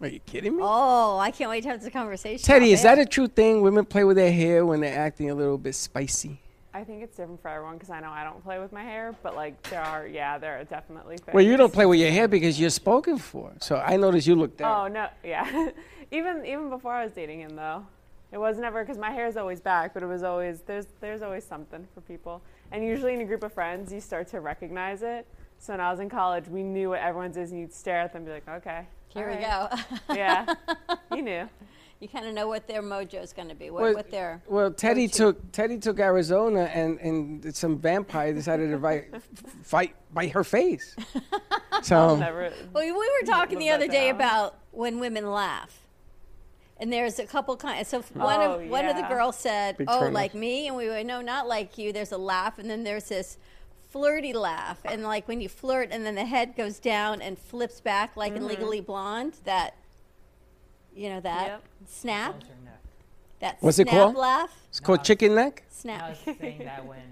are you kidding me? Oh, I can't wait to have this conversation. Teddy, off is that air. a true thing? Women play with their hair when they're acting a little bit spicy. I think it's different for everyone because I know I don't play with my hair, but like there are, yeah, there are definitely things. Well, you don't play with your hair because you're spoken for. So I noticed you looked down. Oh no, yeah. even even before I was dating him though, it was never because my hair is always back, but it was always there's there's always something for people, and usually in a group of friends you start to recognize it. So when I was in college, we knew what everyone's is, and you'd stare at them, and be like, okay, Here we all right. go. yeah, you knew. you kind of know what their mojo is going to be. What, Well, what their Well, Teddy Oh, shoot. took Teddy took Arizona, and, and some vampire decided to fight fight bite her face. So um, Never. Well, we were talking the Love other that day now. about when women laugh. And there's a couple kinds. So if one Oh, of one of the yeah. girls said, Big "Oh, turn-off. like me," and we went, "No, not like you." There's a laugh, and then there's this flirty laugh, and like when you flirt, and then the head goes down and flips back, like Mm-hmm. in Legally Blonde, that you know that Yep. snap, that What's it snap called? laugh, it's called chicken neck. I snap. was saying that when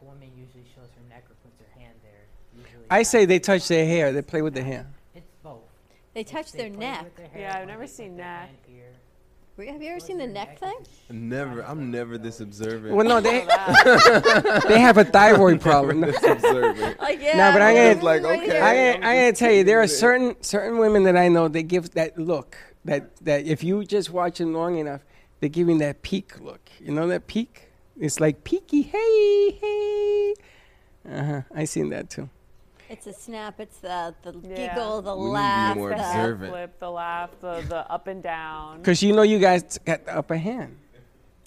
a woman usually shows her neck or puts her hand there, usually I that- say they touch their hair. They play with their hair. it's both. They It's touch they their play neck. with their hair, Yeah, I've or never they seen put their neck. hand here. Have you ever Plus seen the their neck is thing? a Never. I'm never this observant. Well, no, they they have a thyroid problem. No, observant. Like, yeah. but I there's ain't- Like, one right okay. there. I ain't, I ain't tell you. There are Right. certain certain women that I know. They give that look that that if you just watch them long enough, they're giving that peak look. You know that peak? It's like peaky. Hey, hey. Uh huh. I seen that too. It's a snap. It's the the Yeah. giggle, the We need to be laugh. uh, more The the- hair Observant. flip, the laugh, the the up and down. Because you know you guys t- got the upper hand.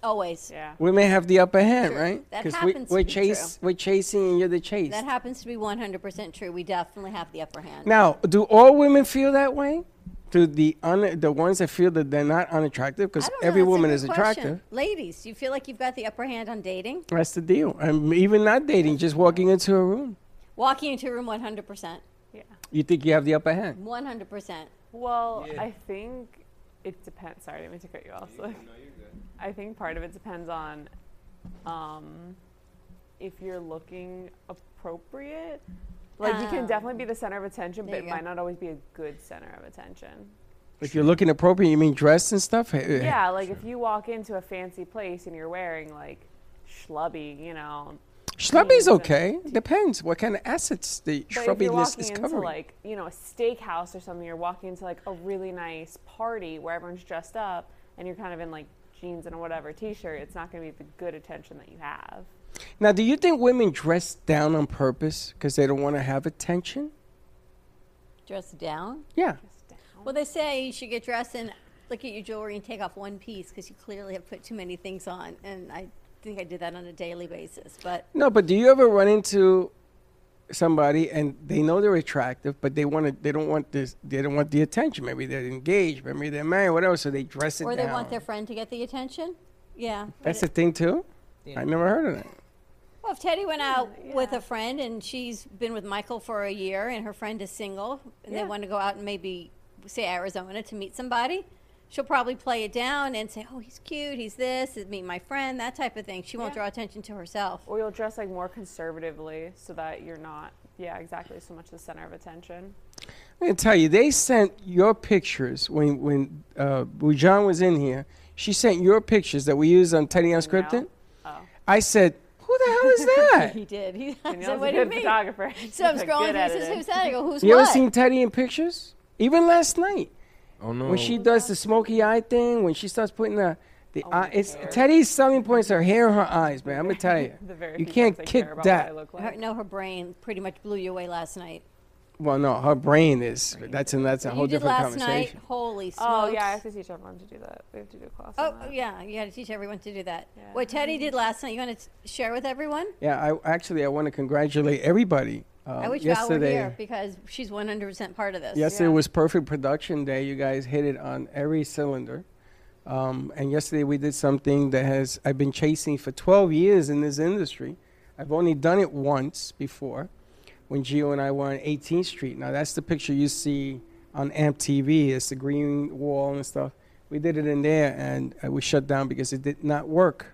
Always. Yeah. Women have the upper hand, True. right? That 'Cause happens to we, we're be chase we're chasing and you're the chase. That happens to be 100% true. We definitely have the upper hand. Now, do all women feel that way? Do the un- the ones that feel that they're not unattractive? I Because don't know, every that's a woman good is question. attractive. Ladies, do you feel like you've got the upper hand on dating? That's the deal. And even not dating, just walking into a room. Walking into a room 100%. Yeah. You think you have the upper hand. 100%. Well, I think it depends. Sorry, I didn't mean to cut you off. So- I think part of it depends on um, if you're looking appropriate. Like you can Um, definitely be the center of attention, but there it you go. might not always be a good center of attention. If you're looking appropriate, you mean dressed and stuff? Eh, eh. Yeah, like if you walk into a fancy place and you're wearing like schlubby, you know, Schlubby's jeans and- okay. Depends what kind of assets the But if shrubby you're list walking is into covering. like you know a steakhouse or something, you're walking into like a really nice party where everyone's dressed up, and you're kind of in like jeans and a whatever t-shirt. It's not going to be the good attention that you have. now, do you think women dress down on purpose because they don't want to have attention? Dressed down? Yeah. Well, they say you should get dressed and look at your jewelry and take off one piece because you clearly have put too many things on. And I think I did that on a daily basis. But No, but do you ever run into somebody and they know they're attractive, but they want to, they don't want this, they don't want the attention. Maybe they're engaged, maybe they're married, whatever. So they dress it or down. they want their friend to get the attention. Yeah. That's the thing too. Yeah. I never heard of that. Well, if Teddy went out with a friend and she's been with Michael for a year and her friend is single and Yeah. they want to go out and maybe, say, Arizona to meet somebody, she'll probably play it down and say, oh, he's cute, he's this, meet my friend, that type of thing. She won't Yeah. draw attention to herself. Or you'll dress like more conservatively so that you're not, yeah, exactly so much the center of attention. I'm gonna tell you, they sent your pictures when when uh, Bujan was in here. She sent your pictures that we used on Teddy Unscripted. Oh, I said, "Who the hell is that?" He did. He I Danielle's said, a what do you good mean? photographer. So I'm She's a scrolling good through. It says, editor. who's that? I go, who's you ever what? seen Teddy in pictures? Even last night Oh no. when she does the smoky eye thing, when she starts putting the the eye, it's Teddy's selling points are hair, and her eyes, man. I'm gonna tell you, The very you few can't times I care kick about what I that. look her, like. no, her brain pretty much blew you away last night. Well, no, her brain is that's a, that's a What whole you did different last night, conversation. holy smokes. Oh yeah, I have to teach everyone to do that. We have to do a class. Oh, on that. yeah, you got to teach everyone to do that. Yeah. What Teddy did last night, you want to share with everyone? Yeah, I actually I want to congratulate everybody. Um, I wish Val were yesterday, here because she's 100% part of this. Yesterday Yeah. was perfect production day. You guys hit it on every cylinder. Um, and yesterday we did something that has I've been chasing for 12 years in this industry. I've only done it once before, when Gio and I were on 18th Street. Now that's the picture you see on AMP TV. It's the green wall and stuff. We did it in there, and uh, we shut down because it did not work.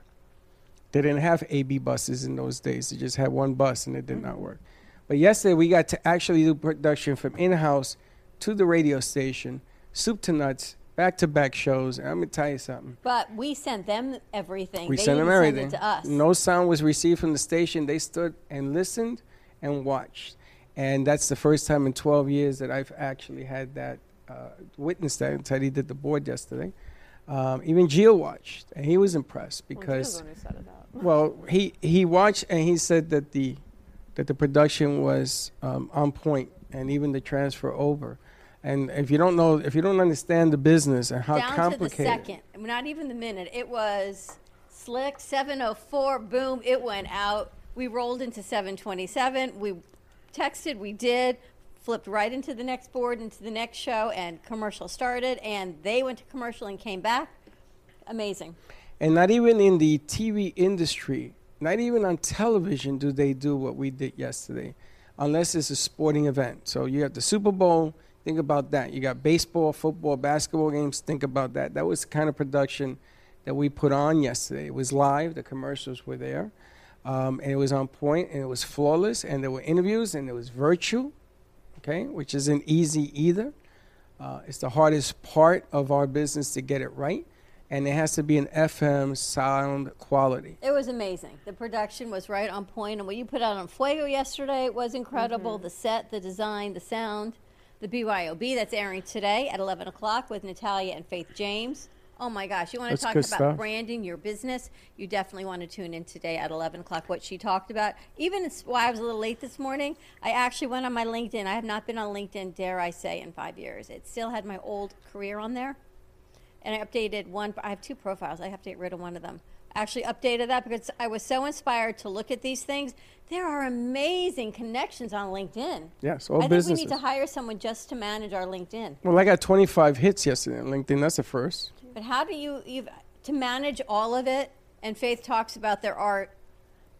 They didn't have AB buses in those days. They just had one bus, and it did not work. But yesterday we got to actually do production from in-house to the radio station, soup to nuts, back-to-back shows. And I'm gonna tell you something. But we sent them everything. We they sent them didn't everything. Send it to us. No sound was received from the station. They stood and listened and watched. And that's the first time in 12 years that I've actually had that, uh, witnessed that. And Teddy did the board yesterday. Um, even Gio watched, and he was impressed Well, she was because the one who set it up. well, he he watched and he said that the that the production was um, on point and even the transfer over. And if you don't know, if you don't understand the business and how Down complicated, to the second, not even the minute. It was slick 704. Boom! It went out. We rolled into 727. We texted. We did. Flipped right into the next board, into the next show, and commercial started. And they went to commercial and came back. Amazing. and not even in the TV industry, not even on television, do they do what we did yesterday, unless it's a sporting event. So you have the Super Bowl. Think about that. You got baseball, football, basketball games. Think about that. That was the kind of production that we put on yesterday. It was live. The commercials were there, um, and it was on point, and it was flawless, and there were interviews, and there was virtue. Okay, which isn't easy either. Uh, it's the hardest part of our business to get it right, and it has to be an FM sound quality. It was amazing. The production was right on point, and what you put out on Fuego yesterday was incredible. Mm-hmm. The set, the design, the sound, the BYOB that's airing today at 11 o'clock with Natalia and Faith James. Oh my gosh, you want to That's talk good about stuff. branding your business? You definitely want to tune in today at 11 o'clock. What she talked about, even it's- why I was a little late this morning, I actually went on my LinkedIn. I have not been on LinkedIn, dare I say, in five years. It still had my old career on there and I updated one. I have two profiles. I have to get rid of one of them. I Actually, updated that because I was so inspired to look at these things. There are amazing connections on LinkedIn. Yes, I all think businesses. we need to hire someone just to manage our LinkedIn. well, I got 25 hits yesterday on LinkedIn. That's the first. But how do you you've, to manage all of it? And Faith talks about there are,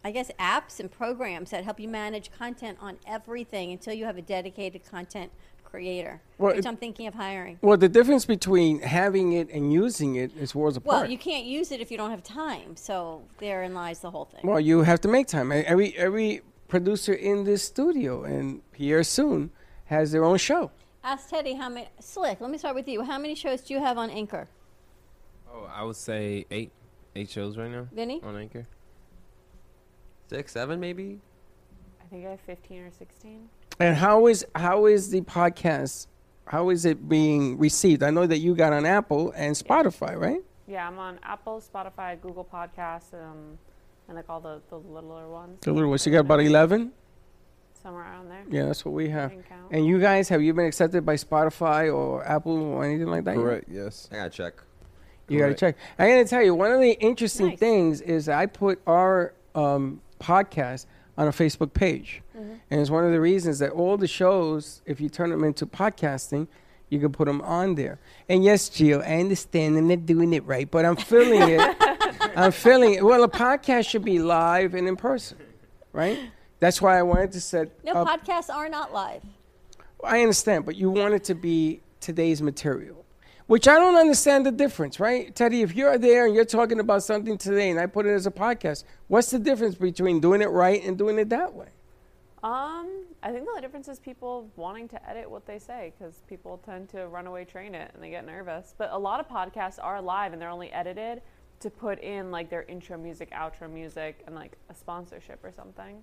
I guess, apps and programs that help you manage content on everything until you have a dedicated content creator, Well, which it- I'm thinking of hiring. Well, the difference between having it and using it is worlds Well, apart. you can't use it if you don't have time. So therein lies the whole thing. Well, you have to make time. E- Every every producer in this studio and Pierre soon has their own show. Ask Teddy how many. Slick, let me start with you. How many shows do you have on Anchor? Uh, Oh, I would say eight, eight shows right now Vinny? on Anchor. six, seven, maybe. I think I have 15 or 16. And how is how is the podcast? How is it being received? I know that you got on Apple and Spotify, right? Yeah, I'm on Apple, Spotify, Google Podcasts, um, and like all the, the littler ones. The little ones. You got about eleven. Somewhere around there. Yeah, that's what we I have. didn't count. And you guys, have you been accepted by Spotify or Apple or anything like that? yet? Correct. Yes. I gotta check. You got to Correct. check. I'm going to tell you, one of the interesting Nice. things is I put our um, podcast on a Facebook page. And it's one of the reasons that all the shows, if you turn them into podcasting, you can put them on there. And yes, Gio, I understand I'm not doing it right, but I'm feeling it. I'm feeling it. Well, a podcast should be live and in person, right? That's why I wanted to set No, up. podcasts are not live. I understand, but you want it to be today's material, which I don't understand the difference, right? Teddy, if you're there and you're talking about something today and I put it as a podcast, what's the difference between doing it right and doing it that way? Um, I think the only difference is people wanting to edit what they say because people tend to runaway train it and they get nervous. But a lot of podcasts are live and they're only edited to put in like their intro music, outro music, and like a sponsorship or something.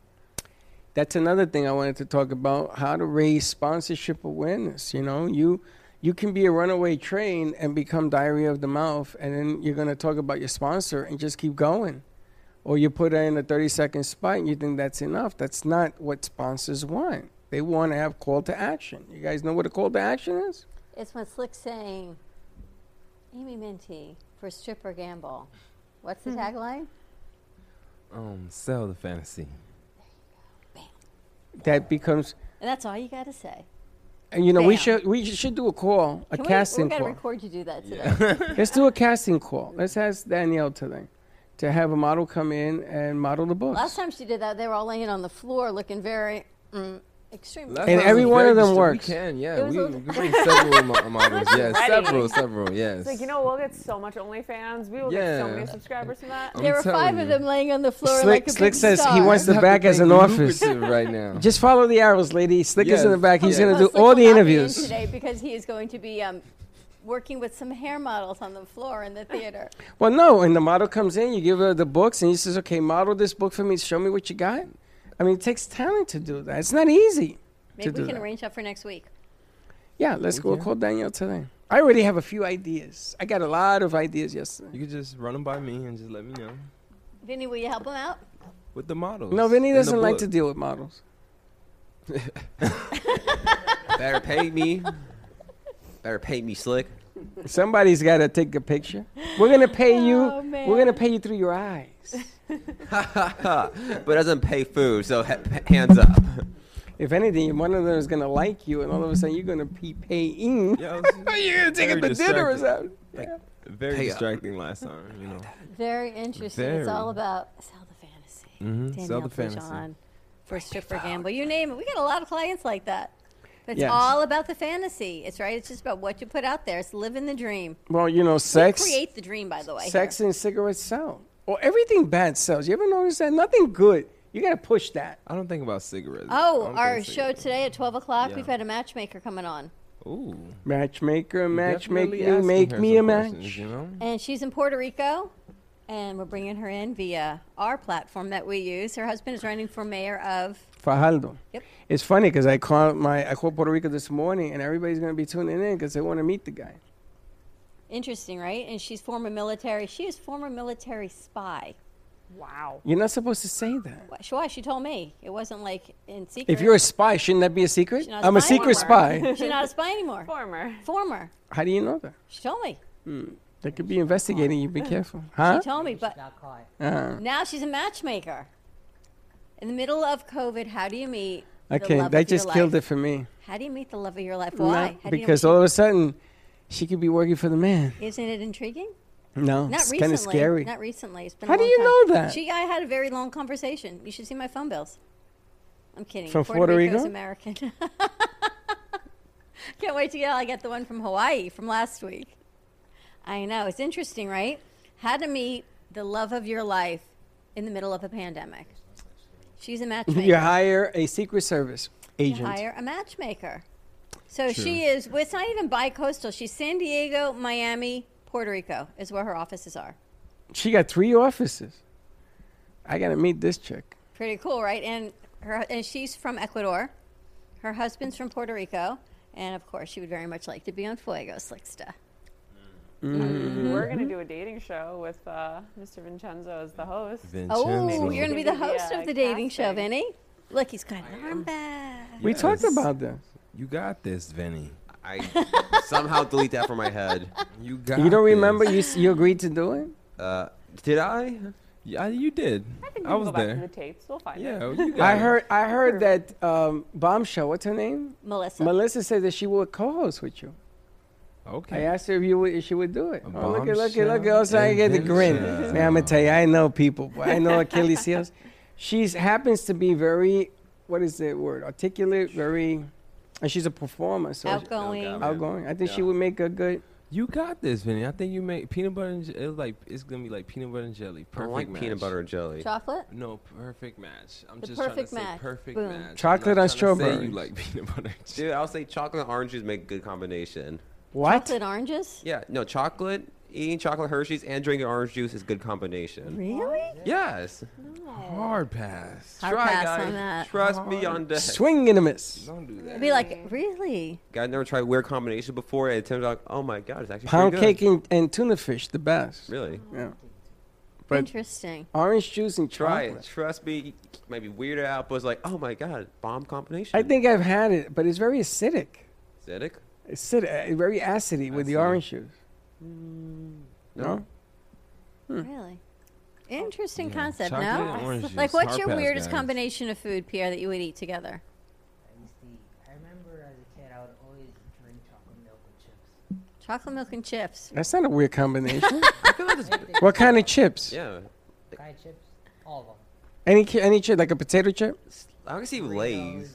That's another thing I wanted to talk about how to raise sponsorship awareness. You know, you. You can be a runaway train and become diarrhea of the mouth, and then you're going to talk about your sponsor and just keep going. or you put in a 30 second spot and you think that's enough. That's not what sponsors want. They want to have call to action. You guys know what a call to action is? It's when Slick's saying, Amy Minty for Stripper Gamble. What's Hmm. the tagline? Um, sell the fantasy. That becomes, And that's all you got to say. and you know, we Bam. should we should do a call, a Can casting we, we're call. to record you do that today. Let's do a casting call. Let's ask Danielle today to have a model come in and model the books. Last time she did that, they were all laying on the floor looking very mm, extremely. Last And time every was one of very them distra- works. We can, yeah. was We, a- we bring several mo- models. Yes, Ready. several, several. Yes. It's like, you know, we'll get so much OnlyFans. We will get so many Yeah. subscribers from that. I'm there were telling five of you. them laying on the floor like Slick, a Slick big says he star. wants the Have back as an think office. lucrative right now. Oh. Just follow the arrows, lady. Slick is in the Yes. back. He's Yeah. going to Well, do Slick all will the not be in interviews. today because he is going to be um, working with some hair models on the floor in the theater. Well, no. And the model comes in, you give her the books, and he says, "Okay, model this book for me. Show me what you got." I mean, it takes talent to do that. It's not easy. Maybe do we can that. arrange that for next week. Yeah, let's go Yeah. call Danielle today. I already have a few ideas. I got a lot of ideas yesterday. You could just run them by me and just let me know Vinny, will you help him out? with the models. No, Vinny and the doesn't like to book. deal with models. Better pay me. Better pay me, slick. Somebody's got to take a picture. We're gonna pay Oh, you. We're gonna man. pay you through your eyes. but doesn't pay food, so ha- hands up. If anything, one of them is gonna like you, and all of a sudden you're gonna be paying. Yeah, I was You're gonna take Very it to dinner or distracted. something. very Pay up. distracting last time, you know. Very interesting. Very. It's all about sell the fantasy. Mm-hmm. Danielle Sell the fantasy. Prejean for Stripper Gamble. You name it. We got a lot of clients like that. But it's Yes. all about the fantasy. It's right. It's just about what you put out there. It's living the dream. Well, you know, sex. We create the dream, by the way. Sex and cigarettes sell. Or everything bad sells. You ever notice that? Nothing good. You gotta push that. I don't think about cigarettes. here. I Oh, don't our think show today at twelve o'clock. Yeah. We've had a matchmaker coming on, Ooh. Matchmaker, match make Definitely me, asking make her me a some match. questions, You know? and she's in Puerto Rico, and we're bringing her in via our platform that we use. Her husband is running for mayor of. Fajardo. Yep. It's funny because I called my I called Puerto Rico this morning, and everybody's gonna be tuning in because they want to meet the guy. Interesting, right? And she's former military. She is former military spy. Wow. You're not supposed to say that. Why- Why? She told me it wasn't like in secret. If you're a spy, shouldn't that be a secret? She's not I'm a spying secret anymore. spy. She's not a spy anymore. Former. Former. How do you know that? She told me. They could be investigating you. Be careful, huh? She told me, Maybe but she got caught. Uh, now she's a matchmaker. In the middle of COVID, how do you meet the okay, love that of your just killed it life? for me. How do you meet the love of your life? Why? No, How do you know because what all of a sudden, she could be working for the man. you- isn't it intriguing? No, Not it's recently. kind of scary. Not recently. It's been How a do long you time. know that? She, I had a very long conversation. You should see my phone bills. I'm kidding. From Puerto, Puerto Rico's Rico? American. Can't wait to get. I get the one from Hawaii from last week. I know it's interesting, right? How to meet the love of your life in the middle of a pandemic. She's a matchmaker. you hire a secret service agent. Hire a matchmaker. So she is. Well, it's not even bi-coastal. She's San Diego, Miami, Puerto Rico is where her offices are. She got three offices. I gotta meet this chick. Pretty cool, right? And her and she's from Ecuador. Her husband's from Puerto Rico, and of course, she would very much like to be on Fuego Slicksta. Mm. Mm-hmm. We're gonna do a dating show with uh, Mr. Vincenzo as the host. Oh, Vincenzo. you're going to be the Maybe, host yeah, of the dating show, casting. Vinny. Look, he's got an arm back. We talked Yes. about that. You got this, Vinny. I somehow delete that from my head. You got. You don't this. remember you s- you agreed to do it? Uh, did I? Yeah, you did. I think we I can was go back to there. the tapes. We'll find it. Yeah, you got I it. heard I heard that um, bombshell. What's her name? Melissa. Melissa said that she would co-host with you. I Okay. asked her if you would, if she would do it. A Oh, look at look at look at! bombshell Also, I get the grin. adventure. Man, I'm gonna tell you, I know people. boy. I know Achilles heels. She's happens to be very, what is the word? Articulate, very, and she's a performer. So Outgoing. Oh, God. outgoing. I think she Yeah. would make a good. You got this, Vinny. I think you make peanut butter and j- it was like it's gonna be like peanut butter and jelly. I Perfect don't like match. peanut butter and jelly. Chocolate? No, perfect match. I'm The just trying to perfect say match. perfect Boom. match. I'm Chocolate not on trying to say strawberries. You like peanut butter? And jelly. Dude, I'll say chocolate and orange juice make good combination. What? Chocolate oranges? Yeah, no, chocolate, eating chocolate Hershey's and drinking orange juice is good combination. Really? Yes. Hard pass. Hard Try, pass guys. on that. Trust me on that. Swing and a miss. Don't do I'd that. be like, really? Guy never tried weird combination before, and it turns out, oh my god, it's actually Pound pretty good. cake and, and tuna fish, the best. Really? Yeah. But- Interesting. Orange juice and Try chocolate. it. Trust me, maybe weirder out, but it's like, oh my god, bomb combination. I think I've had it, but it's very acidic. Acidic? Acidic, very acidy with the Acidic. orange juice. Mm, No. Really? Interesting Yeah. concept, Chocolate and no? orange juice. Like, what's Hard your pass, weirdest guys. combination of food, Pierre, that you would eat together? I used to eat. I remember as a kid, I would always drink chocolate milk with chips. Chocolate milk and chips. That's not a weird combination. I feel like it's, what kind of chips? yeah. Fried chips, all of them. Any ki- any chip like a potato chip? I can see Lay's.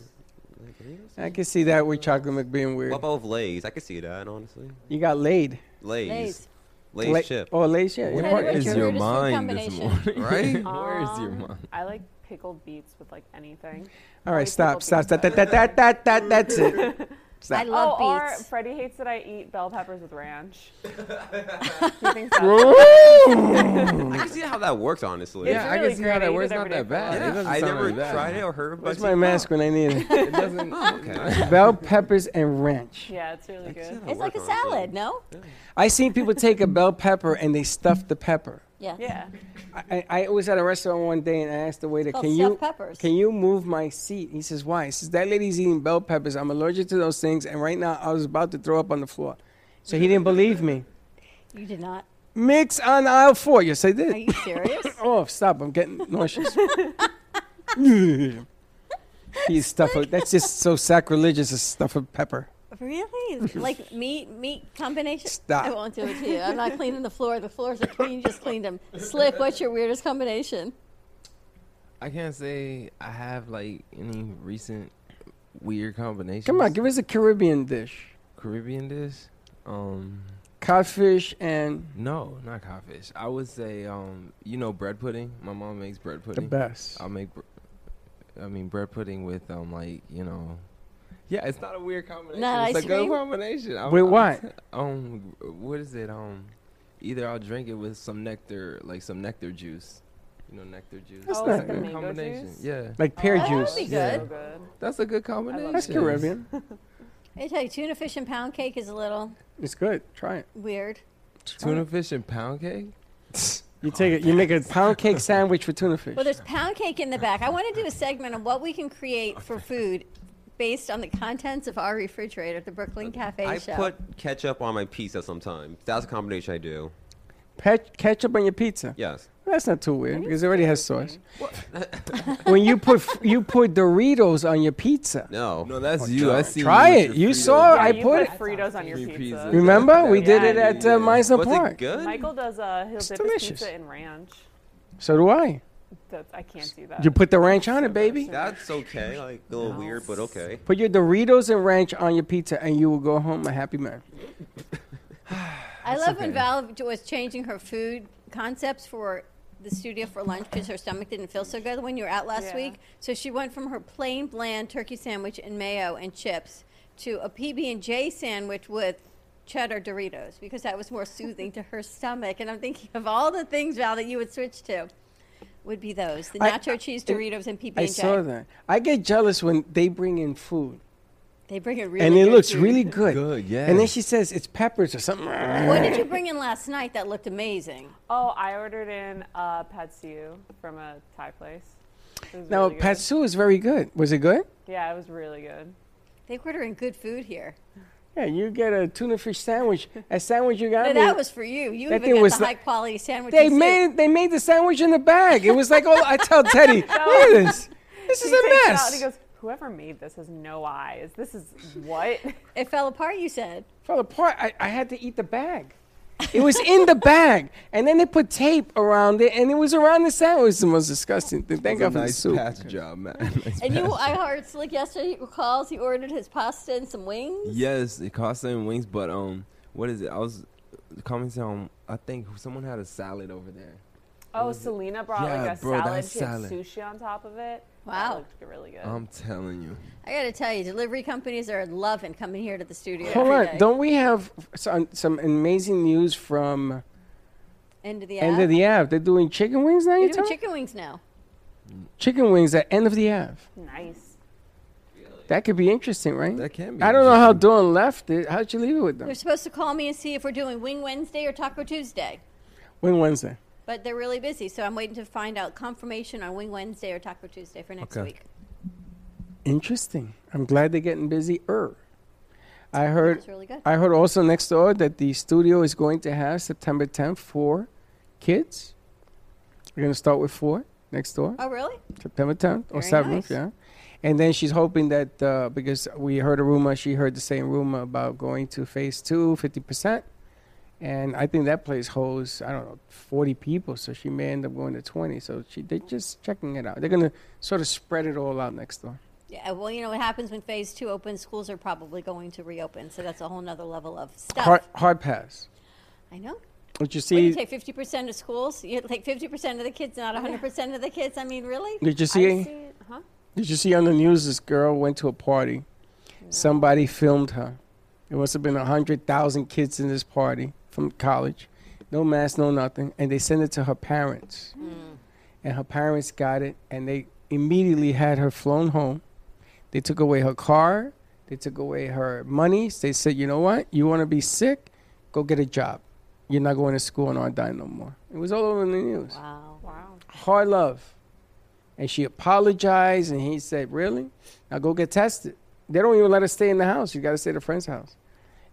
Like, Lay's? I can see that with chocolate milk being weird. What about with Lay's? I could see that, honestly. You got laid. Lays. Lays. Lays, La- chip. Oh, Lay's yeah. What yeah. What's is your your weirdest food mind this combination? morning? Right? Where is your Um, mind? I like pickled beets with like anything. All White right, stop, people stop, think stop. That, that, that, that, that, that's it. I Stop. love oh, or beets. Freddie hates that I eat bell peppers with ranch. he thinks that's Oh, I can see how that works, honestly. Yeah, I really can see how great. I that eat works. it Not every day that for bad. lunch. Oh, It Yeah, doesn't I sound never that bad. tried it or heard about Where's my mask when I need it? It doesn't. Okay. Bell peppers and ranch. yeah, it's really good. It's like a salad, no? I seen people take a bell pepper and they stuff the pepper. Yeah. Yeah. I, I I was at a restaurant one day and I asked the waiter, Called "Can stuffed you peppers." can you move my seat?" He says, "Why?" He says, "That lady's eating bell peppers. I'm allergic to those things, and right now I was about to throw up on the floor." So he didn't believe me. You did not. Mix on aisle four. Yes, I did. Are you serious? Oh, stop! I'm getting nauseous. He's stuffed. with- That's just so sacrilegious. A stuff of pepper. really? Like meat meat combination? Stop. I won't do it to you. I'm not cleaning the floor. The floors are clean. You just cleaned them. Slick, what's your weirdest combination? I can't say I have like any recent weird combinations. Come on, give us a Caribbean dish: Caribbean dish. Um, codfish and no, not codfish. I would say, um, you know, bread pudding. My mom makes bread the pudding. best. I'll make. Br- I mean, bread pudding with um, like you know. Yeah, it's not a weird combination. Not it's ice a good cream? combination. I- With I- what? Um, what is it? Um, either I'll drink it with some nectar, like some nectar juice. You know, nectar juice. That's oh, not like the good. mango juice. Yeah, Like pear Oh, that would juice. be Yeah. So good. good. that's a good combination. That's Caribbean. I tell you, tuna fish and pound cake is a little It's good. Try it. weird. Tuna fish and pound cake. You take it. You make a pound cake sandwich with tuna fish. Oh, Well, there's pound cake in the back. I want to do a segment on what we can create for food based on the contents of our refrigerator at the Brooklyn Cafe I show. put ketchup on my pizza sometimes. That's a combination I do. Pe- ketchup on your pizza. Yes. That's not too weird because it already has sauce. when you put f- you put Doritos on your pizza. No. No, that's you. I see. Try with it. your You Fritos. saw- Yeah, Oh, I put you put it- Fritos on your Your pizza. pizza. Remember, we did Yeah, it at you uh, did. Meisner Was Park. it good? Michael does uh, he'll It's dip his delicious. pizza in ranch. So do I. That's, I can't do that. You put the ranch on it, baby. That's okay. Like a little weird, but okay. Put your Doritos and ranch on your pizza, and you will go home a happy man. I love when okay. Val was changing her food concepts for the studio for lunch because her stomach didn't feel so good when you were out last Yeah. week. So she went from her plain bland turkey sandwich and mayo and chips to a PB and J sandwich with cheddar Doritos because that was more soothing to her stomach. And I'm thinking of all the things Val that you would switch to. would be those the I- nacho cheese Doritos and PB I and saw J. that. I get jealous when they bring in food They bring it really and it good looks food. really good. Good, And then yes. she says it's peppers or something. What did you bring in last night that looked amazing? Oh, I ordered in uh, pad siu from a Thai place. It was Now really good. patsu is very good. Was it good? Yeah, it was really good. They were ordering good food here. Yeah, you get a tuna fish sandwich. A sandwich you got No, me. that was for you. You that even thing got was the high like- quality sandwiches. they too. made they made the sandwich in the bag. It was like all I tell Teddy, look at this. This is he a takes it out and he mess. goes, "Whoever made this has no eyes. This is what." Oh, It fell apart. You said. Fell apart. I, I had to eat the bag. It was in the bag, and then they put tape around it, and it was around the sandwich. It was the most disgusting thing. Thank God That's for a the nice soup. patch job, man. Nice And you, patch. I heard Slick yesterday recalls he ordered his pasta and some wings. Yes, it cost them wings, but um, what is it? I was commenting on. um, I think someone had a salad over there. oh, Selena brought Yeah, like a bro, salad. that She had salad. Um, sushi on top of it. Wow. that looked really good. I'm telling you, I got to tell you, delivery companies are loving coming here to the studio. Hold every on, day. don't we have some, some amazing news from End of the End of app. the Ave? They're doing chicken wings now. They're You doing tell me? chicken wings now. chicken wings at End of the Ave. nice. That could be interesting, right? that can be. I don't know how interesting. Dawn left it. How'd you leave it with them? They're supposed to call me and see if we're doing Wing Wednesday or Taco Tuesday, Wing Wednesday. but they're really busy, so I'm waiting to find out confirmation on Wing Wednesday or Taco Tuesday for next Okay. week. Interesting. I'm glad they're getting busy. Er, I heard. That's really good. I heard also next door that the studio is going to have September 10th for kids. We're going to start with four next door, Oh, really? September 10th or Very 7th, nice. yeah. And then she's hoping that uh, because we heard a rumor, she heard the same rumor about going to phase two, 50%. And I think that place holds, I don't know, 40 people. So she may end up going to 20. So she they're just checking it out. They're going to sort of spread it all out next door. Yeah. Well, you know what happens when Phase Two opens? Schools are probably going to reopen, so that's a whole nother level of stuff. Hard, hard pass. I know. But you see, What, you take fifty percent of schools. You take fifty percent of the kids, not hundred percent of the kids. I mean, really? did you I see? see- huh? Did you see on the news this girl went to a party? Somebody filmed her. It must have been 100,000 kids in this party from college. No mask, no nothing. And they sent it to her parents. And her parents got it and they immediately had her flown home. They took away her car. They took away her money. They said, you know what? You want to be sick? Go get a job. You're not going to school and aren't dying no more. It was all over the news Wow. Wow. hard love. And she apologized, and he said, Really? Now go get tested. They don't even let her stay in the house. You got to stay at a friend's house.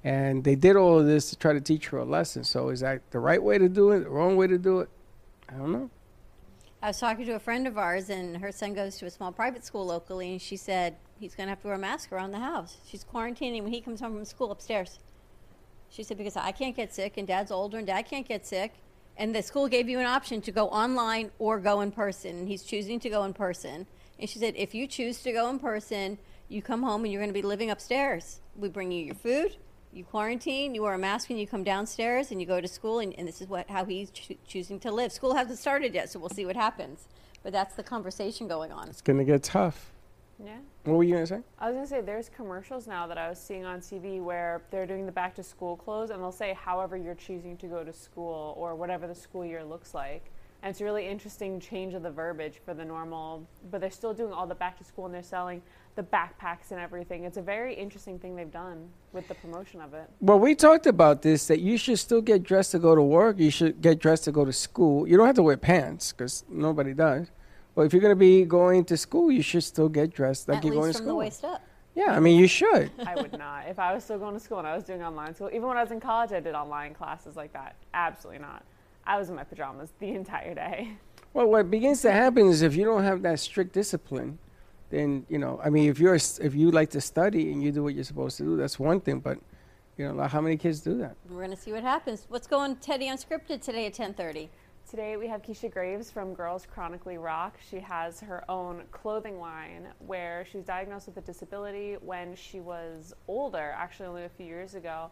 And they did all of this to try to teach her a lesson. So is that the right way to do it, the wrong way to do it? I don't know. I was talking to a friend of ours, and her son goes to a small private school locally, and she said he's going to have to wear a mask around the house. She's quarantining when he comes home from school upstairs. She said because I can't get sick, and Dad's older, and Dad can't get sick, and the school gave you an option to go online or go in person, and he's choosing to go in person. And she said if you choose to go in person, you come home and you're going to be living upstairs. We bring you your food. You quarantine, you wear a mask, and you come downstairs and you go to school, and, and this is what how he's choo- choosing to live. School hasn't started yet, so we'll see what happens. But that's the conversation going on. It's going to get tough. Yeah. What were you going to say? I was gonna say there's commercials now that I was seeing on TV where they're doing the back to school clothes and they'll say however you're choosing to go to school or whatever the school year looks like. And it's a really interesting change of the verbiage for the normal, but they're still doing all the back to school and they're selling the backpacks and everything. It's a very interesting thing they've done with the promotion of it. Well, we talked about this that you should still get dressed to go to work. You should get dressed to go to school. You don't have to wear pants because nobody does. But if you're going to be going to school, you should still get dressed like At you're least going from to the school. waist up. Yeah, I mean, you should. I would not. If I was still going to school and I was doing online school, even when I was in college, I did online classes like that. Absolutely not. I was in my pajamas the entire day. Well, what begins to happen is if you don't have that strict discipline, then you know. I mean, if you're a s- if you like to study and you do what you're supposed to do, that's one thing. But you know, like, how many kids do that? We're going to see what happens. What's going Teddy Unscripted today at 10:30? Today we have Keisha Graves from Girls Chronically Rock. She has her own clothing line where she was diagnosed with a disability when she was older, actually only a few years ago,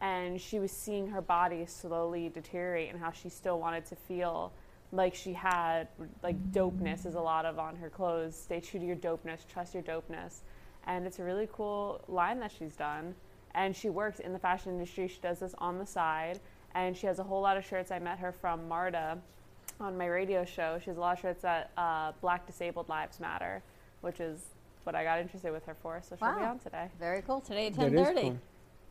and she was seeing her body slowly deteriorate and how she still wanted to feel like she had like dopeness is a lot of on her clothes. Stay true to your dopeness, trust your dopeness. And it's a really cool line that she's done and she works in the fashion industry. She does this on the side, and she has a whole lot of shirts. I met her from Marta, on my radio show. She has a lot of shirts that uh, Black Disabled Lives Matter, which is what I got interested with her for. So she'll be Wow. on today. Very cool. Today at That is 10:30. cool.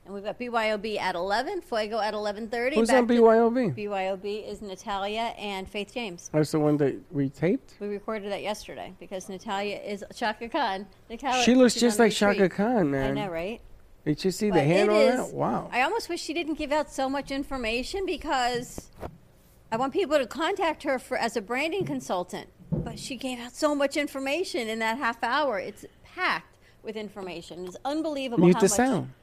And we've got BYOB at 11, Fuego at 11:30. Who's Back on to BYOB? BYOB is Natalia and Faith James. That's the one that we taped. We recorded that yesterday because Natalia is Shaka Khan. Natalia, she looks she's just on like Shaka retreat. Khan, man. I know, right? Did you see But the hand it on is- that? Wow. I almost wish she didn't give out so much information because I want people to contact her for as a branding consultant. But she gave out so much information in that half hour. It's packed with information. It's unbelievable Mute how the much sound.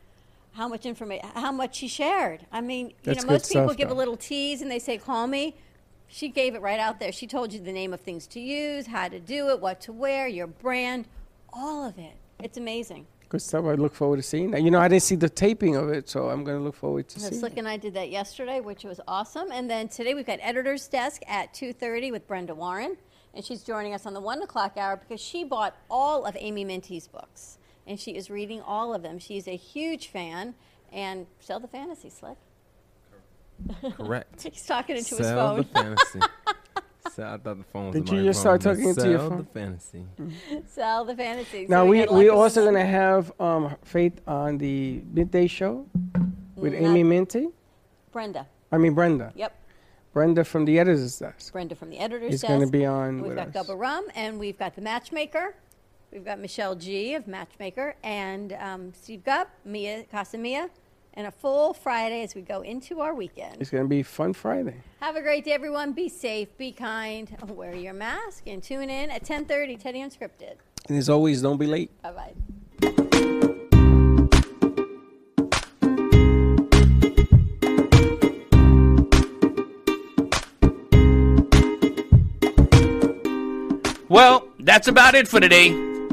how much information how much she shared. I mean, That's you good know, most people stuff, give a though. little tease and they say call me. She gave it right out there. She told you the name of things to use, how to do it, what to wear, your brand, all of it. It's amazing. Good stuff. I look forward to seeing that. You know, I didn't see the taping of it, so I'm going to look forward to So seeing. Slick and I did that yesterday, which was awesome. And then today we've got Editor's Desk at 2.30 with Brenda Warren. And she's joining us on the 1 o'clock hour because she bought all of Amy Minty's books. And she is reading all of them. She's a huge fan. And sell the fantasy, Slick. Correct. He's talking into his Sell the phone. fantasy. Sell, I thought the phone was Did in you my just start phone, but talking into your sell phone? the fantasy. sell the fantasy. So Now we got a lot we going also on. going to have um, Faith on the midday show with Not- Amy Minty. Brenda. I mean Brenda. Yep, Brenda from the editors desk. Brenda from the editor's He's desk. going to be on We've with got us. Gubba Rum, and we've got the Matchmaker. We've got Michelle G of Matchmaker, and um, Steve Gubb, Mia Casamia, and a full Friday as we go into our weekend. It's going to be fun Friday. Have a great day, everyone. Be safe, be kind, wear your mask, and tune in at 10:30. Teddy Unscripted. And as always, don't be late. Bye bye. Well, that's about it for today.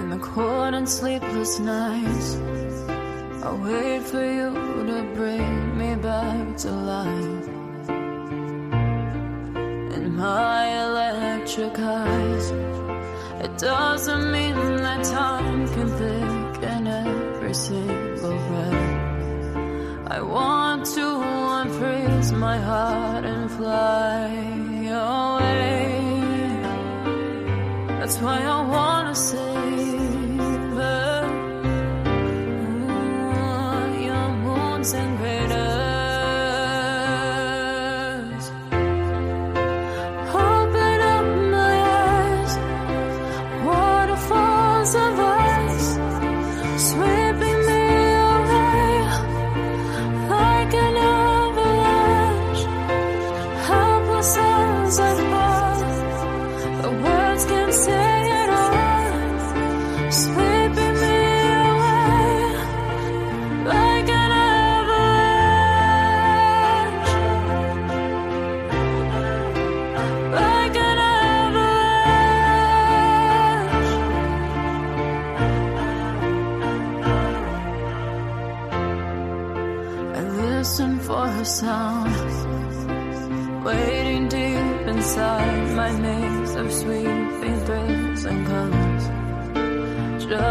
In the cold and sleepless nights, I wait for you to bring me back to life. In my electric eyes, it doesn't mean that time can thicken every single breath. I want to unfreeze my heart and fly away. That's why I wanna savor mm, your moons and craters. Open up my eyes, waterfalls of ice, sweeping me away like an avalanche. Helpless as I fall. The words can't say it all, sweeping me away like an avalanche, like an avalanche. I listen for her sound waiting deep inside my maze of sweeping thrills and colors. Just